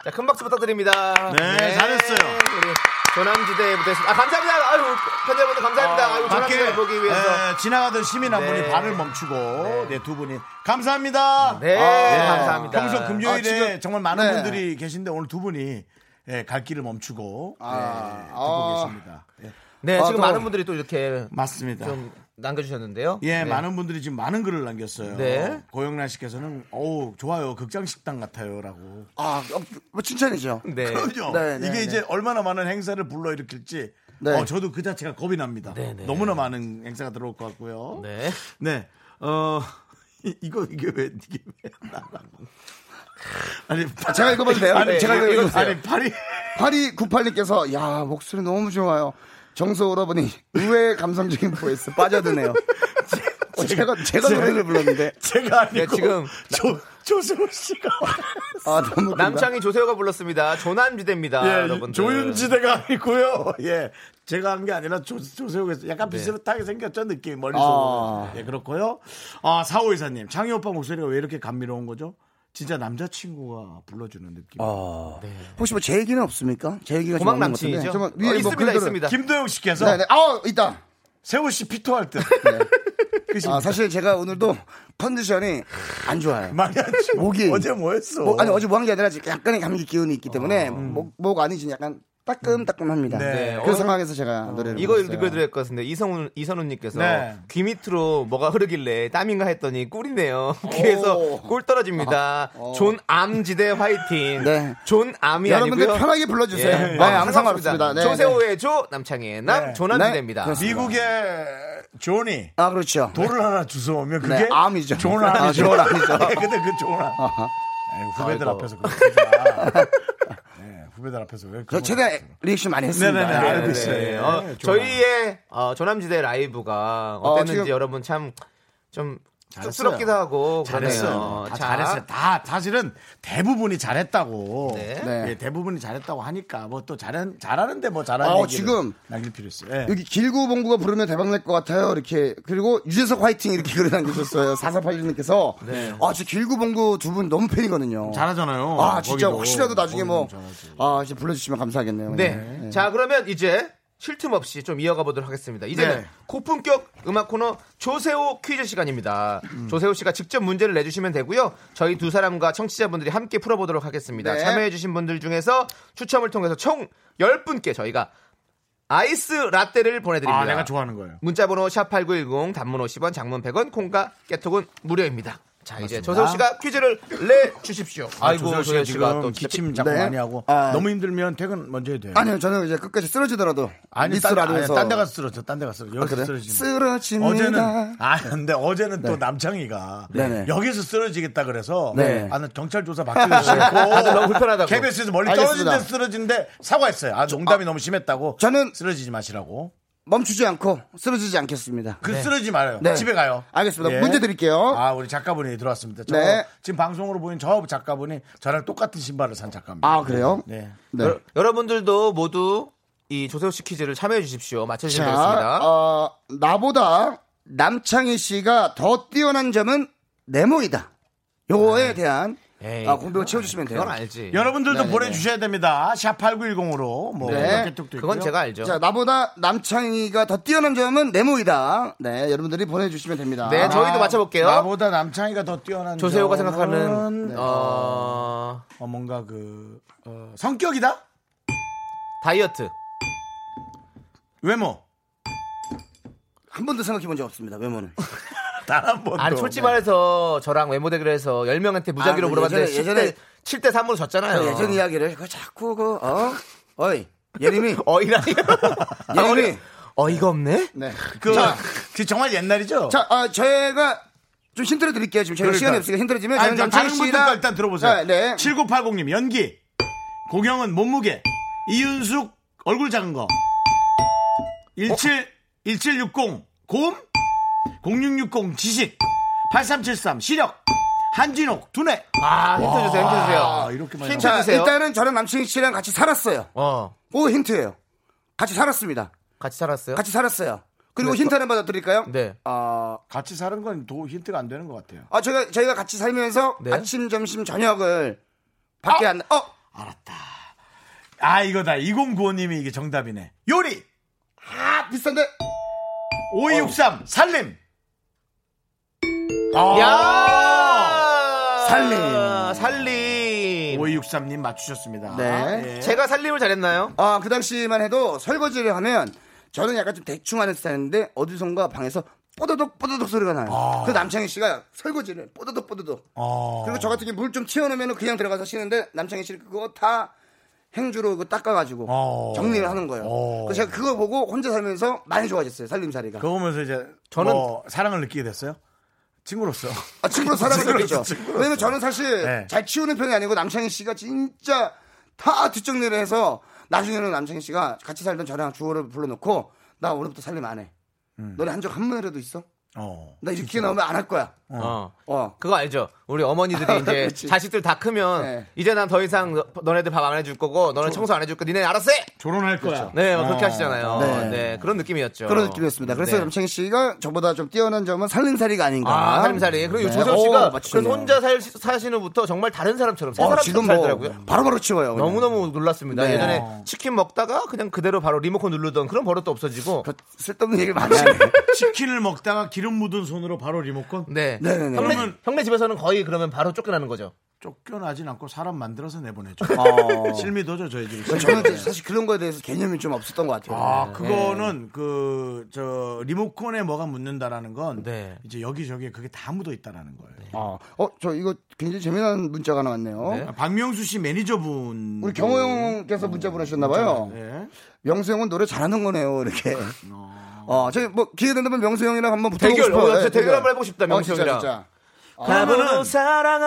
S3: 자, 큰 박수 부탁드립니다.
S2: 네, 잘했어요.
S3: 우리 조남지대 무대. 아, 감사합니다. 아유, 팬여러분들 감사합니다. 아유, 조남지대 보기 위해서.
S2: 에, 지나가던 시민 한
S3: 네.
S2: 분이 발을 멈추고 네. 두 분이 감사합니다.
S3: 네,
S2: 아,
S3: 감사합니다.
S2: 평소 금요일에
S12: 아, 지금-
S2: 정말 많은
S12: 네.
S2: 분들이 계신데 오늘 두 분이 예, 갈 길을 멈추고
S12: 아,
S2: 예, 듣고
S12: 아.
S2: 계십니다. 예,
S3: 네,
S12: 아,
S3: 지금
S12: 또-
S3: 많은 분들이 또 이렇게
S2: 맞습니다.
S3: 좀 남겨주셨는데요.
S2: 예,
S3: 네.
S2: 많은 분들이 지금 많은 글을 남겼어요.
S3: 네.
S2: 고영란 씨께서는 어우 좋아요, 극장 식당 같아요라고.
S12: 아, 어, 뭐 칭찬이죠.
S3: 네.
S2: 그죠?
S12: 네, 네,
S2: 이게
S12: 네.
S2: 이제 얼마나 많은 행사를 불러 일으킬지.
S12: 네.
S2: 어, 저도 그 자체가 겁이 납니다.
S3: 네, 네.
S2: 너무나 많은 행사가 들어올 것 같고요.
S3: 네.
S2: 네. 어 이- 이거 이게 왜 이게 왜 나라고? 아니
S12: 제가 읽어봐도 돼요?
S2: 아니
S12: 네,
S2: 제가
S12: 이거
S2: 읽어
S12: 읽어주세요.
S2: 아니 파리
S12: 8298님께서 야 목소리 너무 좋아요. 정서 오라버니 의외의 감성적인 보이스 빠져드네요. 어, 제가 제가 노래를 불렀는데
S2: 제가 아니고
S3: 네, 지금
S2: 조 조승우 씨가
S12: 아 너무 웃긴다.
S3: 남창희 조세호가 불렀습니다. 조남지대입니다.
S2: 예,
S3: 아, 여러분들.
S2: 조윤지대가 아니고요. 예, 제가 한 게 아니라 조, 조세호에서 약간 비슷하게 생겼죠 느낌 멀리서
S12: 아.
S2: 보면. 예 그렇고요. 아 사호 이사님 창희 오빠 목소리가 왜 이렇게 감미로운 거죠? 진짜 남자친구가 불러주는 느낌.
S12: 아, 혹시 뭐 제 얘기는 없습니까? 제 얘기가 좀
S3: 고막
S12: 없는 것 같은데.
S3: 남친이죠.
S12: 잠깐만,
S3: 어,
S12: 위에 뭐
S3: 있습니다,
S12: 글들은-
S3: 있습니다.
S2: 김도영 씨께서
S12: 네, 네. 아 있다.
S2: 세호 씨 피토할 때
S12: 아, 사실 제가 오늘도 컨디션이 안 좋아요.
S2: 많이 안 치고
S12: 목이.
S2: 어제 뭐했어?
S12: 뭐, 아니 어제 뭐 한 게 아니라 지금 약간의 감기 기운이 있기
S3: 아,
S12: 때문에
S3: 음.
S12: 목, 목 안이 지금 약간 따끔따끔합니다.
S2: 네.
S12: 그
S3: 어.
S12: 상황에서 제가 노래를
S3: 이거
S12: 불렀어요.
S3: 읽어드릴 것 같은데 이성훈 이선우님께서
S2: 네.
S3: 귀 밑으로 뭐가 흐르길래 땀인가 했더니 꿀이네요. 귀에서 꿀 떨어집니다. 존 암지대 화이팅.
S12: 아, 네.
S3: 존 암이
S12: 여러분들
S3: 예, 아니고요.
S12: 편하게 불러주세요.
S3: 예.
S12: 네,
S3: 아,
S12: 아무 상관없습니다. 네,
S3: 조세호의 조 남창희의 남
S2: 네.
S12: 네,
S3: 조남지대입니다.
S12: 그렇습니다.
S2: 미국의 존이
S12: 아 그렇죠.
S2: 돌을 하나 주워오면 그게
S12: 네, 암이죠.
S2: 존
S12: 아,
S2: 암이죠.
S12: 존 암이죠.
S2: 예, 근데 그 존 암.
S12: 아하.
S2: 아유, 후배들
S3: 아이고.
S2: 앞에서 그렇게 하지 마. 네, 후배들 앞에서 왜
S12: 저
S2: 그런
S12: 최대
S2: 거-
S12: 리액션 많이 했습니다.
S2: 네네네,
S12: 네.
S2: 알고
S3: 네.
S2: 있어요. 예,
S3: 어,
S2: 조남.
S3: 저희의 어, 조남지대 라이브가
S12: 어,
S3: 어땠는지
S12: 지금-
S3: 여러분 참 좀
S2: 잘했어요.
S3: 쑥스럽기도 하고
S2: 잘했어요.
S3: 그러네요.
S2: 다
S3: 자,
S2: 잘했어요. 다 사실은 대부분이 잘했다고.
S3: 네.
S12: 네.
S2: 예, 대부분이 잘했다고 하니까 뭐 또 잘한 잘하는데 뭐 잘하는
S12: 아,
S2: 얘기를
S12: 지금
S2: 남길 필요 있어요. 예.
S12: 여기 길구봉구가 부르면 대박 날 것 같아요. 이렇게 그리고 유재석 화이팅 이렇게 글을 남겨줬어요. 4481님께서 아, 저 길구봉구 두 분 너무 팬이거든요.
S2: 잘하잖아요.
S12: 아, 진짜
S2: 거기도.
S12: 혹시라도 나중에 뭐
S2: 거기도 잘하지.
S12: 아, 이제 불러주시면 감사하겠네요.
S3: 네.
S12: 네.
S3: 자, 그러면 이제 쉴 틈 없이 좀 이어가 보도록 하겠습니다. 이제는
S2: 네.
S3: 고품격 음악 코너 조세호 퀴즈 시간입니다.
S2: 음.
S3: 조세호 씨가 직접 문제를 내주시면 되고요. 저희 두 사람과 청취자분들이 함께 풀어보도록 하겠습니다.
S12: 네.
S3: 참여해주신 분들 중에서 추첨을 통해서 총 10분께 저희가 아이스 라떼를 보내드립니다.
S2: 아, 내가 좋아하는 거예요.
S3: 문자번호 샵8910 단문 50원 장문 100원 콩과 깨톡은 무료입니다. 자 이제 조세호 씨가 퀴즈를 내 주십시오. 아이고
S2: 조세호
S3: 조세호
S2: 씨가
S3: 씨가
S2: 지금
S3: 또
S2: 기침
S3: 진짜
S2: 자꾸
S12: 네.
S2: 많이 하고
S12: 아.
S2: 너무 힘들면 퇴근 먼저 해도 돼요.
S12: 아니요, 저는 이제 끝까지 쓰러지더라도
S2: 아니
S12: 미스
S2: 딴, 아니,
S12: 라디오에서 아,
S2: 딴데 가서 쓰러져 딴데 가서 쓰러져 여기서
S12: 그래요?
S2: 쓰러지면
S12: 쓰러집니다. 네.
S2: 어제는 아 근데 어제는 또 남창희가
S12: 네네.
S2: 여기서 쓰러지겠다 그래서
S12: 네.
S2: 아, 나 경찰 조사 받기도 싫고 다들
S3: 너무 불편하다고.
S2: KBS에서 멀리
S12: 알겠습니다.
S2: 떨어진 데 쓰러진데 사과했어요 아 농담이 너무 심했다고
S12: 저는-
S2: 쓰러지지 마시라고
S12: 멈추지 않고 쓰러지지 않겠습니다.
S2: 그 쓰러지 말아요
S12: 네.
S2: 집에 가요
S12: 알겠습니다.
S2: 예.
S12: 문제 드릴게요.
S2: 아 우리 작가분이 들어왔습니다 저
S12: 네.
S2: 지금 방송으로 보인 저 작가분이 저랑 똑같은 신발을 산 작가입니다
S12: 아, 그래요?
S2: 네.
S12: 네.
S3: 여- 여러분들도 모두 이 조세호 씨 퀴즈를 참여해 주십시오. 맞춰주시면
S12: 자,
S3: 되겠습니다.
S12: 어, 나보다 남창희 씨가 더 뛰어난 점은 네모이다. 요거에 대한
S3: 에이,
S12: 아, 공백을 채워주시면 돼요.
S3: 그건 알지.
S2: 여러분들도
S12: 네네네.
S2: 보내주셔야 됩니다 샵 8910으로 뭐
S12: 네.
S2: 톡도
S3: 그건
S2: 있고요.
S3: 제가 알죠.
S12: 자, 나보다 남창희가 더 뛰어난 점은 네모이다. 네, 여러분들이 보내주시면 됩니다.
S3: 네, 저희도 맞춰볼게요.
S2: 아, 나보다 남창희가 더 뛰어난
S3: 조세호가
S2: 점은,
S3: 생각하는 어,
S2: 네. 어, 뭔가 그 어, 성격이다
S3: 다이어트.
S2: 외모
S12: 한 번도 생각해 본 적 없습니다, 외모는.
S2: 단 한 번도
S3: 아니 솔직히 말해서 저랑 외모 대결에서 10명한테 무작위로
S12: 아,
S3: 물어봤는데
S12: 예전에-
S3: 7대 3으로 졌잖아요.
S12: 예전 이야기를, 그 자꾸 그, 어? 어이, 예림이.
S3: 어이라니.
S12: 예림이.
S3: 어이가 없네.
S12: 네.
S2: 그,
S12: 자,
S2: 그 정말 옛날이죠
S12: 자, 아, 제가 좀 힌트를 드릴게요. 지금 저희가
S2: 그러니까.
S12: 시간이 없으니까 힌트를 주면
S2: 아니,
S12: 저는
S2: 그럼
S12: 다른
S2: 다른 분들과
S12: 씨랑
S2: 일단 들어보세요.
S12: 네, 네.
S2: 7980님 연기. 고경은 몸무게. 이윤숙 얼굴 작은 거. 17 1760 고음. 0660 지식. 8373 시력. 한진옥 두뇌.
S12: 아, 힌트 주세요, 힌트 주세요.
S2: 이렇게 많이
S12: 자,
S2: 나와.
S12: 일단은 저는 남친 씨랑 같이 살았어요.
S3: 어.
S12: 오 힌트예요. 같이 살았습니다.
S3: 같이 살았어요?
S12: 같이 살았어요. 그리고
S3: 네,
S12: 힌트 하나 받아 드릴까요?
S3: 네.
S12: 아,
S2: 같이 사는 건 도, 힌트가 안 되는 것 같아요.
S12: 아, 저희가 저희가 같이 살면서
S2: 네.
S12: 아침, 점심, 저녁을 밖에 안 어,
S2: 아 이거다. 2095님이 이게 정답이네. 요리.
S12: 아, 비싼데.
S2: 5263 살림. 아.
S12: 아,
S3: 야!
S12: 살림.
S3: 살림.
S2: 5263님 맞추셨습니다.
S12: 네.
S2: 예.
S3: 제가 살림을 잘했나요?
S12: 아, 그 당시만 해도 설거지를 하면 저는 약간 좀 대충 하는 스타일인데 어디선가 방에서 뽀드득 뽀드득 소리가 나요. 그 남창희 씨가 설거지를 뽀드득 뽀드득.
S2: 어.
S12: 그리고 저 같은 경우 물좀 튀어놓으면 그냥 들어가서 쉬는데 남창희 씨 그거 다 행주로 그 닦아가지고
S2: 어.
S12: 정리를 하는 거예요.
S2: 어.
S12: 그래서 제가 그거 보고 혼자 살면서 많이 좋아졌어요 살림살이가.
S2: 그거 보면서 이제
S12: 저는-
S2: 뭐 사랑을 느끼게 됐어요. 친구로서.
S12: 아, 친구로 사랑을
S2: 친구로서,
S12: 느꼈죠.
S2: 친구로서.
S12: 왜냐면 저는 사실
S2: 네.
S12: 잘 치우는 편이 아니고 남창희 씨가 진짜 다 뒷정리를 해서 나중에는 남창희 씨가 같이 살던 저랑 주호를 불러놓고 나 오늘부터 살림 안 해.
S3: 음.
S12: 너네 한 적 한 번이라도 있어?
S2: 어.
S12: 나 이렇게 나오면 안 할 거야.
S3: 어.
S12: 어.
S3: 그거 알죠? 우리 어머니들이 이제
S12: 그치.
S3: 자식들 다 크면
S12: 네.
S3: 이제 난 더 이상 너- 너네들 밥 안 해줄 거고 너네 청소 안 해줄 거 니네 알았어! 해!
S2: 조론할 거야.
S3: 네, 막
S2: 어.
S3: 그렇게 하시잖아요.
S12: 네.
S3: 네. 그런 느낌이었죠.
S12: 그런 느낌이었습니다. 그래서
S3: 네.
S12: 남창희 씨가 저보다 좀 뛰어난 점은 살림살이가 아닌가.
S3: 아, 살림살이. 그리고
S12: 네.
S3: 조세호
S12: 오,
S3: 씨가
S12: 맞추셨네요.
S3: 그래서 혼자 살, 사시는 후부터 정말 다른 사람처럼 새
S12: 어,
S3: 사람처럼
S12: 지금 뭐
S3: 살더라고요.
S12: 바로바로 치워요. 그냥.
S3: 너무너무 놀랐습니다.
S12: 네.
S3: 예전에 치킨 먹다가 그냥 그대로 바로 리모컨 누르던 그런 버릇도 없어지고.
S12: 그 쓸데없는 얘기를 많이 하네.
S2: 치킨을 먹다가 기름 묻은 손으로 바로 리모컨?
S3: 네.
S12: 네네네.
S3: 형네,
S2: 그러면-
S3: 형네 집에서는 거의 그러면 바로 쫓겨나는 거죠.
S2: 쫓겨나진 않고 사람 만들어서 내보내죠.
S12: 어.
S2: 실미도죠, 저희 집이.
S12: 저는 이제 사실 그런 거에 대해서 개념이 좀 없었던 것 같아요.
S2: 아, 그거는 그 저 리모컨에 뭐가 묻는다라는 건
S3: 네.
S2: 이제 여기저기에 그게 다 묻어 있다라는 거예요.
S12: 아, 어, 저 이거 굉장히 재미난 문자가 하나 왔네요.
S2: 아, 박명수 씨 매니저분
S12: 우리 경호
S3: 음.
S12: 형께서 문자 보내셨나봐요.
S2: 네.
S12: 명수 형은 노래 잘하는 거네요, 이렇게. 어, 저희 뭐 기회 된다면 명수 형이랑 한번 붙어보고
S3: 아. 대결,
S12: 싶어요.
S3: 어,
S12: 네,
S3: 진짜 대결 한번 해보고 싶다, 명수
S12: 어, 진짜,
S3: 형이랑.
S12: 진짜.
S2: 그러면은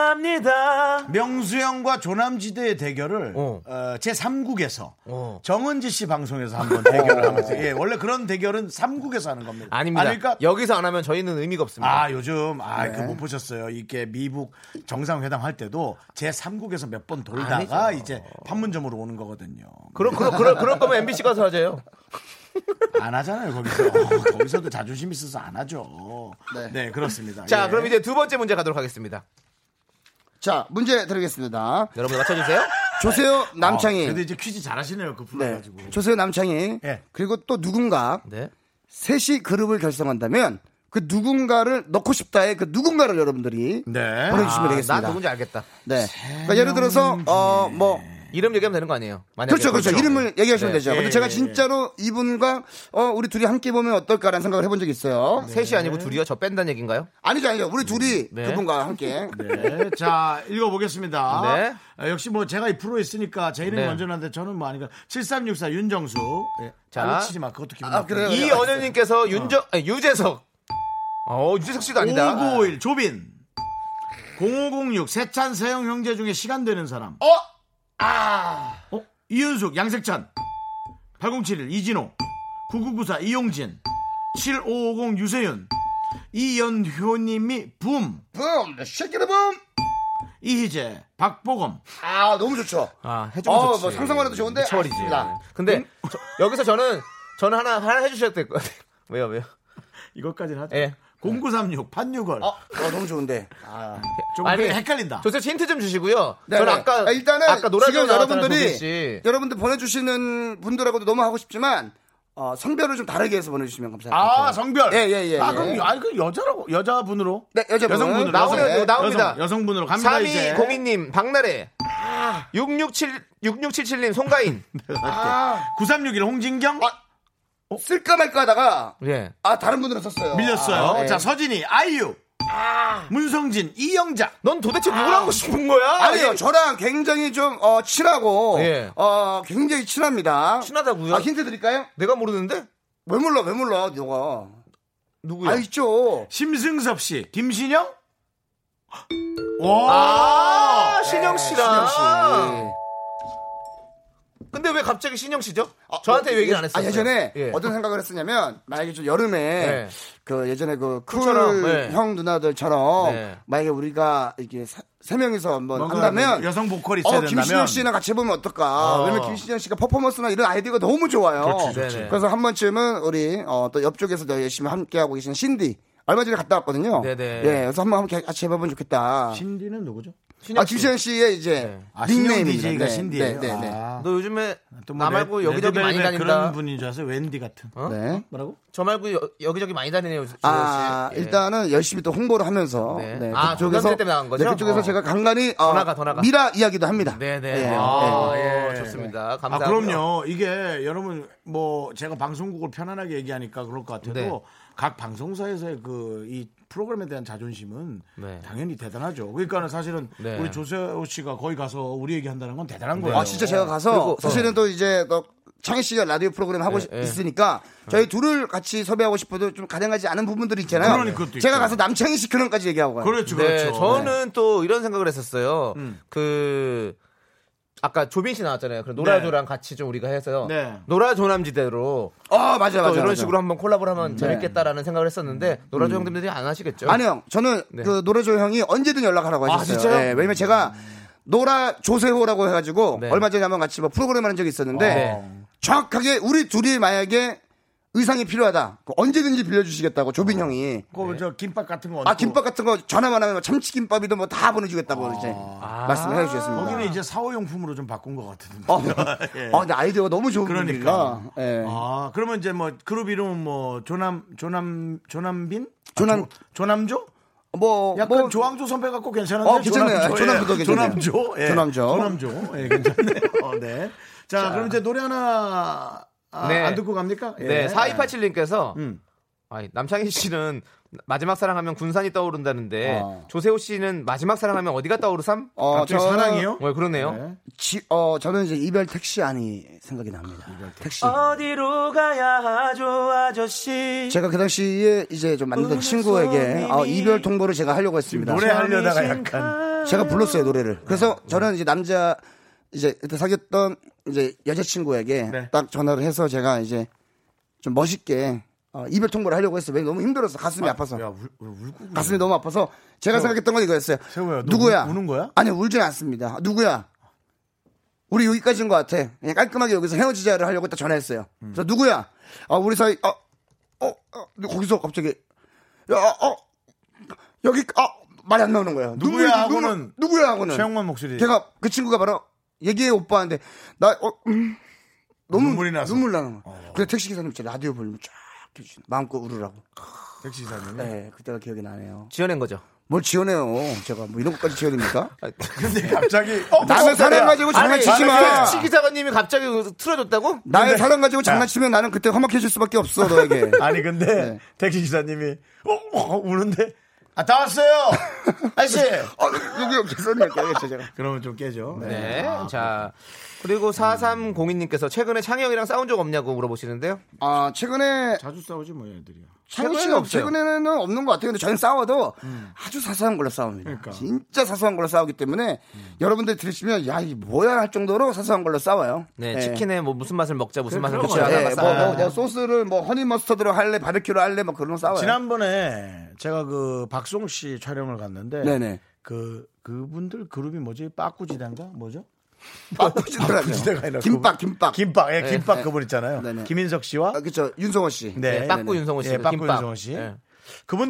S3: 사랑합니다.
S2: 명수 형과 조남지대의 대결을
S3: 어.
S2: 제 3국에서
S3: 어.
S2: 정은지 씨 방송에서 한번 대결을 하면서 예, 원래 그런 대결은 3국에서 하는 겁니다.
S3: 아닙니다.
S12: 그러니까
S2: 아닐까?
S3: 여기서 안 하면 저희는 의미가 없습니다.
S2: 아 요즘 아 그 못 보셨어요. 이게 미국 정상회담 할 때도 제 3국에서 몇 번 돌다가
S3: 아니죠.
S2: 이제 판문점으로 오는 거거든요.
S3: 그런 그런 그런 그런 거면 MBC 가서 하세요.
S2: 안 하잖아요 거기서 어, 거기서도 자존심 있어서 안 하죠. 네,
S12: 아,
S2: 그렇습니다.
S3: 자,
S2: 예.
S3: 그럼 이제 두 번째 문제 가도록 하겠습니다. 네,
S12: 자, 문제 드리겠습니다.
S3: 여러분 맞춰주세요.
S12: 조세호
S3: 아,
S2: 어,
S12: 남창희.
S2: 그래도 이제 퀴즈 잘하시네요. 그
S12: 네.
S2: 불러가지고.
S12: 조세호 남창희.
S2: 예.
S12: 그리고 또 누군가
S3: 네.
S12: 셋이 그룹을 결성한다면 그 누군가를 넣고 싶다에 그 누군가를 여러분들이
S2: 네.
S12: 보내주시면
S3: 아,
S12: 되겠습니다.
S3: 나 누군지 알겠다.
S12: 네. 그러니까 예를 들어서 어 뭐
S3: 이름 얘기하면 되는 거 아니에요? 만약에
S12: 그렇죠, 그렇죠. 이름을 얘기하시면 되죠.
S2: 예,
S12: 근데 제가
S2: 예,
S12: 진짜로 이분과 어, 우리 둘이 함께 보면 어떨까라는 생각을 해본 적이 있어요.
S3: 네. 셋이 아니고 둘이요? 저 뺀다는 얘기인가요?
S12: 아니죠, 아니죠. 우리 둘이
S3: 네.
S12: 그분과 함께.
S2: 네. 자, 읽어보겠습니다.
S3: 네.
S2: 아, 역시 뭐 제가 이 프로에 있으니까 제 이름이
S3: 네.
S2: 먼저 나는데 저는 뭐 아니까 7364 윤정수.
S3: 자.
S2: 자. 치지 마. 그것도 기분
S12: 아,
S2: 나빠.
S12: 그래요?
S3: 이연현님께서 윤정, 아니, 유재석. 어, 유재석 씨도 아니다.
S2: 5951 조빈. 0506 세찬 세영 형제 중에 시간 되는 사람.
S3: 어? 아.
S2: 어? 이윤숙 양색찬. 8071 이진호. 9994 이용진. 7550 유세윤. 이연효 님이 붐.
S12: 붐! 쉐키르 붐!
S2: 이희재 박보검.
S12: 아, 너무 좋죠.
S3: 아, 해주면
S12: 어,
S3: 좋지.
S12: 뭐 상상만 해도 좋은데.
S3: 미쳐버리지.
S12: 아쉽습니다.
S3: 네. 근데 저- 여기서 저는 저는 하나 하나 해주셔야 될 것 같아요. 왜요, 왜요?
S2: 이것까지는 하자.
S3: 예.
S2: 0936 판유걸.
S12: 어, 어, 너무 좋은데. 아.
S2: 좀
S3: 아니,
S2: 그게 헷갈린다.
S3: 조세씨 힌트 좀 주시고요.
S12: 네,
S3: 저는
S12: 네.
S3: 아까
S12: 아, 일단은
S3: 아까 노래로
S12: 지금
S3: 나왔다는
S12: 여러분들이
S3: 조세호 씨.
S12: 여러분들 보내주시는 분들하고도 너무 하고 싶지만 어, 성별을 좀 다르게 해서 보내주시면 감사합니다.
S2: 아 성별.
S12: 예, 예, 예,
S2: 아
S12: 예.
S2: 그럼 여- 아니, 그 여자라고 여자분으로.
S12: 네, 여자분.
S2: 여성분으로
S3: 나오네요,
S2: 여성,
S3: 나옵니다.
S2: 여성, 여성분으로 갑니다 이제.
S3: 3202님, 박나래.
S12: 아.
S3: 667, 6677님, 송가인.
S2: 9361 홍진경
S3: 아.
S12: 쓸까 말까 하다가
S3: 예.
S12: 아 다른 분으로 썼어요.
S2: 밀렸어요.
S12: 아, 네.
S2: 자 서진이 아이유. 문성진 이영자.
S3: 넌 도대체 누구라고 싶은 거야?
S12: 아니요, 저랑 굉장히 좀 어, 친하고
S3: 예.
S12: 어, 굉장히 친합니다.
S3: 친하다고요?
S12: 아 힌트 드릴까요?
S3: 내가 모르는데?
S12: 왜 몰라, 왜 몰라, 너가?
S3: 누구야?
S12: 아 있죠.
S2: 심승섭 씨, 김신영,
S3: 와
S12: 아,
S3: 신영 씨랑.
S12: 신영 씨.
S3: 근데 왜 갑자기 신영 씨죠? 저한테 왜 얘기를 안 했어요.
S12: 아, 예전에
S3: 예.
S12: 어떤 생각을 했었냐면 만약에 좀 여름에
S3: 네.
S12: 그 예전에 그쿨형
S3: 쿨처럼, 네.
S12: 누나들처럼
S2: 네.
S12: 만약에 우리가 이렇게 사- 세 명이서 한번
S2: 뭔가 뭐
S12: 한다면
S2: 여성 보컬이 있어야
S12: 어, 김신영
S2: 된다면?
S12: 씨랑 같이 해보면 어떨까?
S3: 아.
S2: 어.
S12: 왜냐면 김신영 씨가 퍼포먼스나 이런 아이디어가 너무 좋아요.
S2: 그렇지, 그렇지. 네네.
S12: 래서한 번쯤은 우리 어, 또 옆쪽에서 더 열심히 함께 하고 계신 신디 얼마 전에 갔다 왔거든요.
S3: 네네.
S12: 예, 그래서 한번 함께 같이 해보면 좋겠다.
S2: 신디는 누구죠?
S12: 아 김신영 씨의 이제
S2: 아, 신영
S12: 닉네임입니다.
S2: DJ가
S12: 네,
S2: 신디예요.
S12: 네, 네, 네.
S2: 아.
S3: 너 요즘에
S2: 또뭐
S3: 나 말고
S2: 레-
S3: 여기저기 많이
S2: 레드벨벳
S3: 다닌다.
S2: 그런 분인 줄 아세요? 웬디 같은.
S12: 네.
S2: 뭐라고?
S3: 저 말고 그 여, 기저기 많이 다니네요. 주-
S12: 아,
S3: 주호 씨. 예.
S12: 일단은 열심히 또 홍보를 하면서
S3: 네.
S12: 네,
S3: 아,
S12: 그쪽에서
S3: 전남대 때문에 나간 거죠?
S12: 네, 그쪽에서
S3: 어.
S12: 제가 간간히 어,
S3: 더 나가, 더 나가.
S12: 미라 이야기도 합니다.
S3: 네네.
S12: 예,
S3: 아,
S12: 예.
S3: 예. 좋습니다. 감사합니다.
S2: 아, 그럼요. 이게 여러분 뭐 제가 방송국을 편안하게 얘기하니까 그럴 것 같아도
S3: 네.
S2: 각 방송사에서의 그 이 프로그램에 대한 자존심은
S3: 네.
S2: 당연히 대단하죠. 그러니까는 사실은
S3: 네.
S2: 우리 조세호 씨가 거기 가서 우리 얘기한다는 건 대단한 거예요.
S3: 어.
S12: 아, 진짜 제가 가서
S2: 그리고,
S12: 사실은 또 이제 또 창희 씨가 라디오 프로그램 하고
S2: 예, 예.
S12: 있으니까
S3: 어.
S12: 저희 둘을 같이 섭외하고 싶어도 좀 가능하지 않은 부분들이 있잖아요.
S2: 그러니까 그러니 그것도
S12: 제가
S2: 있죠.
S12: 가서 남창희 씨 근황까지 얘기하고 가요.
S2: 그렇죠,
S12: 그렇죠.
S3: 네, 저는 또 이런 생각을 했었어요.
S12: 음.
S3: 그 아까 조빈 씨 나왔잖아요. 그럼 노라조랑 같이 좀 우리가 해서요.
S12: 네.
S3: 노라조남지대로
S12: 아, 맞아요,
S3: 또
S12: 맞아요,
S3: 이런
S12: 맞아요.
S3: 식으로 한번 콜라보를 하면
S12: 네. 음.
S3: 재밌겠다라는 생각을 했었는데 노라조 형님들이 안 하시겠죠?
S12: 아니요, 저는
S3: 네.
S12: 그 노래조 형이 언제든 연락하라고
S3: 아,
S12: 하셨어요.
S3: 진짜요?
S12: 예, 왜냐면 제가 노라 조세호라고 해가지고
S3: 네.
S12: 얼마 전에 한번 같이 뭐 프로그램 하는 적이 있었는데
S3: 네.
S12: 정확하게 우리 둘이 만약에 의상이 필요하다. 그거 언제든지 빌려주시겠다고 조빈
S2: 아.
S12: 형이.
S2: 그저 김밥 같은 거 아.
S12: 아 김밥 같은 거 전화만 하면 참치 김밥이든 뭐 다 보내주겠다고 이제 아. 말씀해 주셨습니다.
S2: 거기는 이제 사호용품으로 좀 바꾼 것 같은데.
S12: 어,
S2: 예.
S12: 어, 근데 아이디어가 너무 좋은
S2: 그러니까.
S12: 분이니까. 예.
S2: 아, 그러면 이제 뭐 그룹 이름은 뭐 조남 조남 조남빈?
S12: 조남-
S2: 아, 조, 조남조?
S12: 뭐
S2: 약간 조항조 선배 같고 괜찮은데.
S12: 어, 괜찮네요. 조남조도
S2: 예.
S12: 괜찮네요.
S2: 조남조. 예.
S12: 조남조.
S2: 조남조. 예, 괜찮네요. 어, 네. 자, 그럼 이제 노래 하나 아,
S3: 네.
S2: 안 듣고 갑니까? 예.
S3: 네, 4287님께서
S12: 음.
S3: 남창희 씨는 마지막 사랑하면 군산이 떠오른다는데 조세호 씨는 마지막 사랑하면 어디가 떠오르삼?
S12: 어,
S3: 갑자기
S12: 저는-
S3: 네, 그러네요.
S12: 지- 어, 저는 이제 이별 택시 안이 생각이 납니다. 택시.
S9: 어디로 가야 하죠 아저씨
S12: 제가 그 당시에 이제 좀 만났던 친구에게 아, 이별 통보를 제가 하려고 했습니다.
S2: 노래하려다가 약간
S12: 제가 불렀어요 노래를. 그래서 저는 이제 남자 이제 그때 사귀었던 이제 여자친구에게 딱 전화를 해서 제가 이제 좀 멋있게 어, 이별 통보를 하려고 했어요. 왜 너무 힘들어서 가슴이 아, 파서
S2: 야, 울, 왜 울고 그래?
S12: 가슴이 너무 아파서 제가
S2: 세워.
S12: 생각했던 건 이거였어요.
S2: 세호야, 너
S12: 누구야?
S2: 우, 우는 거야?
S12: 아니 울진 않습니다. 누구야? 우리 여기까지인 것 같아. 그냥 깔끔하게 여기서 헤어지자를 하려고 딱 전화했어요. 그래서 누구야? 아 우리 사이 어, 어, 어 근데 거기서 갑자기 야, 어, 어 여기 아 말이 안 나오는 거예요.
S2: 누구야
S12: 눈물,
S2: 하고는
S12: 누구야 하고는
S2: 최영만 목소리.
S12: 걔가 그 친구가 바로 얘기해 오빠한테 나 어, 음, 너무
S2: 눈물이 나서.
S12: 눈물 나는 거야.
S2: 어.
S12: 그래 택시 기사님 진짜 라디오 볼륨 쫙 해주시는 마음껏 울으라고.
S2: 택시 사는
S12: 네 그때가 기억이 나네요.
S3: 지어낸 거죠.
S12: 뭘 지어내요? 제가 뭐 이런 것까지 지어냅니까?
S2: 근데 갑자기 어,
S12: 남의 사랑 가지고 뭐 장난치지 마.
S3: 택시 그 기사관님이 갑자기 그 틀어줬다고?
S12: 나의 사랑 가지고 장난치면 나는 그때 험악해질 수밖에 없어 너에게.
S2: 아니 근데
S12: 네.
S2: 택시 기사님이 어, 어, 우는데 아 다 왔어요 아저씨
S12: 어, 여기 없었네요 제가.
S2: 그러면 좀 깨죠
S3: 네. 자. 그리고 4302님께서 최근에 창희 형이랑 싸운 적 없냐고 물어보시는데요.
S12: 아 최근에
S2: 자주 싸우지 뭐 얘들이야
S12: 창희
S3: 최근에는
S12: 씨가
S3: 없어요.
S12: 최근에는 없는 것 같아요. 근데 저는 싸워도 아주 사소한 걸로 싸웁니다.
S2: 그러니까.
S12: 진짜 사소한 걸로 싸우기 때문에 여러분들 들으시면 야 이 뭐야 할 정도로 사소한 걸로 싸워요.
S3: 네,
S12: 예.
S3: 치킨에 뭐 무슨 맛을 먹자 무슨 맛을
S2: 그런
S3: 먹자
S2: 거예요.
S3: 하다가
S12: 예, 뭐,
S3: 싸우고.
S12: 뭐, 뭐 소스를 뭐 허니 머스터드로 할래 바베큐로 할래 막 그런 거 싸워요.
S2: 네. 지난번에 제가 그 박송 씨 촬영을 갔는데
S12: 네네.
S2: 그 그분들 그룹이 뭐지 빠꾸지단가 뭐죠
S12: 빠꾸지더라고요.
S2: 빠꾸지대가 아니라
S12: 김밥
S2: 그분.
S12: 김밥
S2: 김밥 예 김밥
S12: 네.
S2: 그분 있잖아요
S12: 네네.
S2: 김인석 씨와
S12: 아, 그쵸 윤성호 씨.
S2: 네,
S3: 네, 빠꾸 윤성호 씨,
S2: 예, 빠꾸
S3: 김밥.
S2: 윤성호 씨.
S3: 예.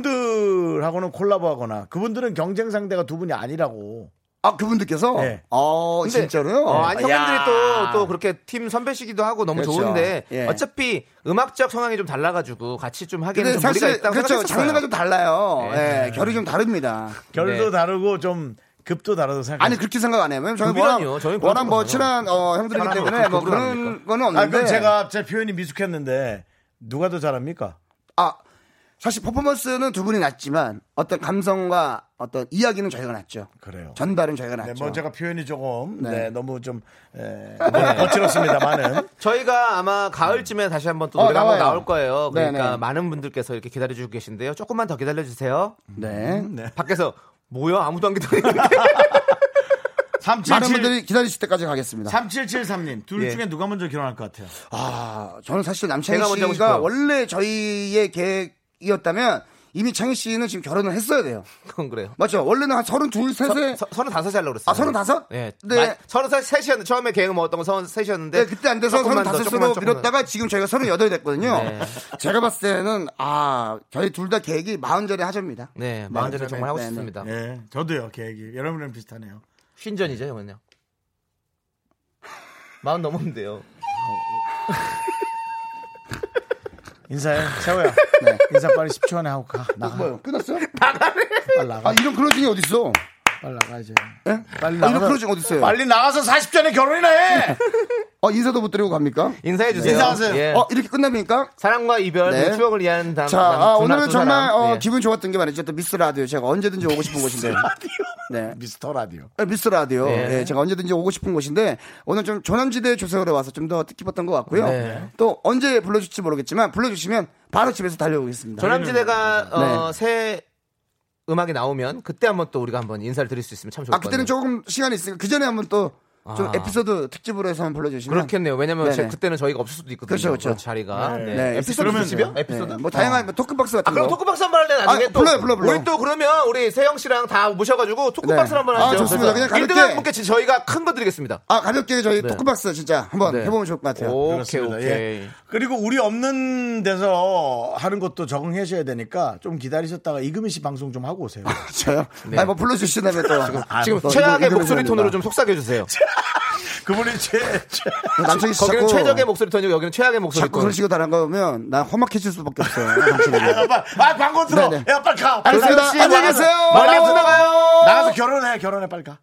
S2: 그분들하고는 콜라보하거나 그분들은 경쟁 상대가 두 분이 아니라고
S12: 아 그분들께서
S2: 네.
S12: 어
S3: 근데-
S12: 진짜로요?
S3: 어, 아니 형님들이
S2: 야.
S3: 또, 또 그렇게 팀 선배시기도 하고 너무
S12: 그렇죠.
S3: 좋은데
S12: 예.
S3: 어차피 음악적 성향이 좀 달라가지고 같이 좀 하기에는
S12: 근데
S3: 좀 무리가
S12: 사실
S3: 있다고
S12: 그렇죠
S3: 생각했었어요.
S12: 장르가 좀 달라요.
S3: 네.
S12: 예, 결이 좀 다릅니다.
S2: 결도
S3: 네.
S2: 다르고 좀 급도 다르다고 생각
S12: 아니 그렇게 생각 안 해요. 왜냐면 저는
S3: 급이라뇨.
S12: 워낙,
S3: 저희
S12: 워낙
S3: 그런
S12: 뭐
S3: 거잖아요.
S12: 친한 어, 형들이기
S3: 사람이
S12: 때문에 뭐
S3: 급으로
S12: 그런
S3: 합니까?
S12: 거는
S2: 아,
S12: 없는데.
S2: 그럼 제가 제 표현이 미숙했는데 누가 더 잘합니까?
S12: 아, 사실 퍼포먼스는 두 분이 낫지만 어떤 감성과 어떤 이야기는 저희가 낫죠.
S2: 그래요.
S12: 전달은 저희가 낫죠.
S2: 네, 뭐 제가 표현이 조금 네,
S12: 네.
S2: 너무 좀 에, 뭐 거칠었습니다만은
S3: 저희가 아마 가을쯤에 다시 한번 또
S12: 어,
S3: 노래가 한번
S12: 나와요.
S3: 나올 거예요. 그러니까
S12: 네네.
S3: 많은 분들께서 이렇게 기다려주고 계신데요. 조금만 더 기다려주세요.
S12: 네.
S3: 밖에서 뭐야 아무도 안 기다리는데.
S12: 많은 분들이 기다리실 때까지 가겠습니다.
S2: 3773님, 둘 중에 누가 먼저 결혼할 것 같아요?
S12: 아, 저는 사실 남창희
S3: 제가 먼저 하고
S12: 씨가
S3: 싶어요.
S12: 원래 저희의 계획이었다면 이미 창희 씨는 지금 결혼을 했어야 돼요.
S3: 그건 그래요.
S12: 맞죠? 원래는 한 32, 3에
S3: 서른 다섯 살로 그랬어요.
S12: 네. 아, 35?
S3: 네.
S12: 네.
S3: 서른 살 셋이었는데 처음에 계획 먹었던 건 서른 셋이었는데
S12: 네, 그때 안 돼서
S3: 조금만 더,
S12: 35으로
S3: 조금만,
S12: 밀었다가 어. 지금 저희가 38이 됐거든요.
S3: 네.
S12: 제가 봤을 때는, 아, 저희 둘 다 계획이 40전에 하자입니다.
S3: 네, 마흔 전에 정말 하고
S12: 네, 네.
S3: 싶습니다.
S2: 네, 저도요, 계획이. 여러분이랑 비슷하네요.
S3: 쉰전이죠, 형은요. 마흔 넘었는데요.
S2: 인사해, 세호야. 인사 빨리 10초 안에 하고 가.
S3: 아,
S2: 나가.
S12: 뭐요? 끝났어요?
S2: 빨리 나가.
S12: 아, 이런 클로징이 어딨어?
S2: 빨리 나가야지.
S12: 예?
S2: 빨리
S12: 아, 이런
S2: 나가서-
S12: 클로징 어딨어요?
S2: 빨리 나가서 40전에 결혼이나 해!
S12: 어, 인사도 못 드리고 갑니까?
S3: 인사해 주세요.
S2: 인사하세요.
S3: 예.
S12: 어, 이렇게 끝납니까?
S3: 사랑과 이별,
S12: 네.
S3: 그 추억을 위한 남,
S12: 자,
S3: 남,
S12: 아,
S3: 두 남-
S12: 오늘은
S3: 두
S12: 정말
S3: 사람.
S12: 어,
S3: 예.
S12: 기분 좋았던 게 많았죠. 또 미스 라디오 제가 언제든지 오고 싶은 곳인데. 네.
S2: 미스터 라디오.
S12: 아, 미스 라디오.
S3: 네.
S12: 예, 제가 언제든지 오고 싶은 곳인데 오늘 좀 조남지대 조석으로 와서 좀 더 뜻깊었던 것 같고요.
S3: 네.
S12: 또 언제 불러줄지 모르겠지만 불러주시면 바로 집에서 달려오겠습니다.
S3: 조남지대가
S12: 네.
S3: 어, 새 음악이 나오면 그때 한번 또 우리가 한번 인사를 드릴 수 있으면 참 좋을
S12: 아
S3: 것
S12: 그때는
S3: 같아요.
S12: 조금 시간이 있으니까 그 전에 한번 또 좀
S3: 아.
S12: 에피소드 특집으로 해서 한번 불러주시면
S3: 그렇겠네요. 왜냐면
S12: 네네.
S3: 제- 그때는 저희가 없을 수도 있거든요.
S12: 그렇죠, 그렇죠.
S3: 그 자리가. 네.
S12: 네,
S3: 에피소드
S12: 그러면-
S3: 90이요? 에피소드?
S12: 네, 뭐 다양한 뭐 토크박스 같은
S3: 아, 그럼
S12: 거.
S3: 토크박스 한번 할래 나중에
S12: 아,
S3: 또.
S12: 불러요, 불러요, 불러요.
S3: 우리 또 그러면 우리 세영 씨랑 다 모셔가지고 토크박스
S12: 네.
S3: 한번
S12: 아,
S3: 하죠.
S12: 좋습니다. 그냥 가볍게.
S3: 1등한 분께 저희가 큰 거 드리겠습니다.
S12: 아 가볍게 저희
S3: 네.
S12: 토크박스 진짜 한번
S3: 네.
S12: 해보면 좋을 것 같아요.
S3: 오케이,
S2: 그렇습니다.
S3: 오케이.
S2: 예. 그리고 우리 없는 데서 하는 것도 적응하셔야 되니까 좀 기다리셨다가 이금희 씨 방송 좀 하고 오세요.
S12: 저요? 아니 뭐 불러주시다면 또 아, 뭐 지금,
S3: 네. 지금 최악의 목소리 톤으로 좀 속삭여 주세요.
S2: 그분이 최, 최.
S12: 남성이
S3: 거기는
S12: 자꾸
S3: 최적의 목소리 톤이고 여기는 최악의 목소리
S12: 자꾸
S3: 톤.
S12: 그런 식으로 다른 거면 난 험악해질 수밖에 없어요. 당신에게.
S2: 빨리, 아, 광고 들어.
S12: 네, 네.
S2: 야, 빨리 가.
S12: 알겠습니다.
S2: 빨리
S12: 안녕히
S2: 나가서-
S12: 계세요.
S2: 빨리
S12: 멀리 못
S2: 나가서-
S12: 나가요.
S2: 나가서 결혼해, 결혼해, 빨리 가.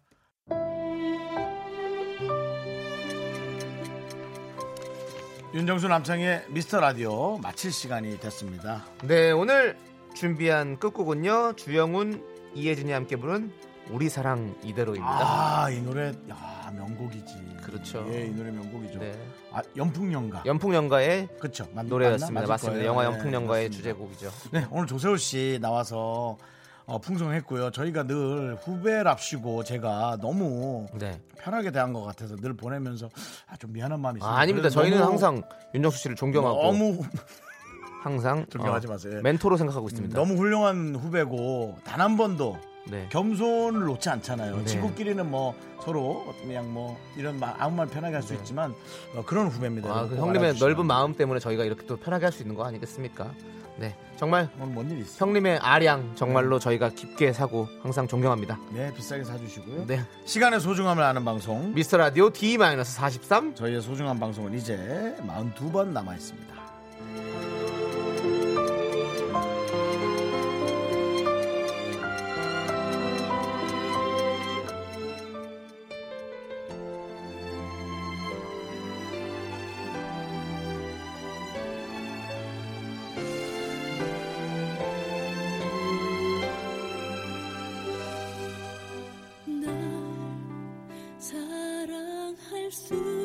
S2: 윤정수 남창의 미스터 라디오 마칠 시간이 됐습니다.
S3: 네, 오늘 준비한 끝곡은요. 주영훈, 이혜진이 함께 부른 우리 사랑 이대로입니다.
S2: 아, 이 노래, 야, 명곡이지.
S3: 그렇죠.
S2: 예, 이 노래 명곡이죠.
S3: 네.
S2: 아, 연풍연가.
S3: 연풍연가의
S2: 그쵸. 맞- 맞나?
S3: 노래였습니다.
S2: 맞을
S3: 맞습니다.
S2: 거예요.
S3: 영화
S2: 네,
S3: 연풍연가의
S2: 맞습니다.
S3: 주제곡이죠.
S2: 네, 오늘 조세호 씨 나와서 어, 풍성했고요. 저희가 늘 후배랍시고 제가 너무
S3: 네.
S2: 편하게 대한 것 같아서 늘 보내면서 아, 좀 미안한 마음이 있어요.
S3: 아, 아닙니다. 저희는 항상 윤정수 씨를 존경하고
S2: 너무
S3: 항상
S2: 존경하지
S3: 어,
S2: 마세요. 예.
S3: 멘토로 생각하고 있습니다.
S2: 너무 훌륭한 후배고 단 한 번도
S3: 네.
S2: 겸손을 놓지 않잖아요.
S3: 네.
S2: 친구끼리는 뭐 서로 그냥 뭐 이런 말 아무 말 편하게 할 수 있지만 어, 그런 후배입니다.
S3: 네. 아,
S2: 여러분
S3: 그
S2: 꼭
S3: 형님의
S2: 알아주시기
S3: 넓은
S2: 바랍니다.
S3: 마음 때문에 저희가 이렇게 또 편하게 할 수 있는 거 아니겠습니까? 네. 정말
S2: 오늘 뭔일 있어?
S3: 형님의 아량 정말로 저희가 깊게 사고 항상 존경합니다.
S2: 네, 비싸게 사주시고요.
S3: 네.
S2: 시간의 소중함을 아는 방송.
S3: 미스터 라디오 D-43
S2: 저희의 소중한 방송은 이제 42번 남아 있습니다.
S14: 사랑할 수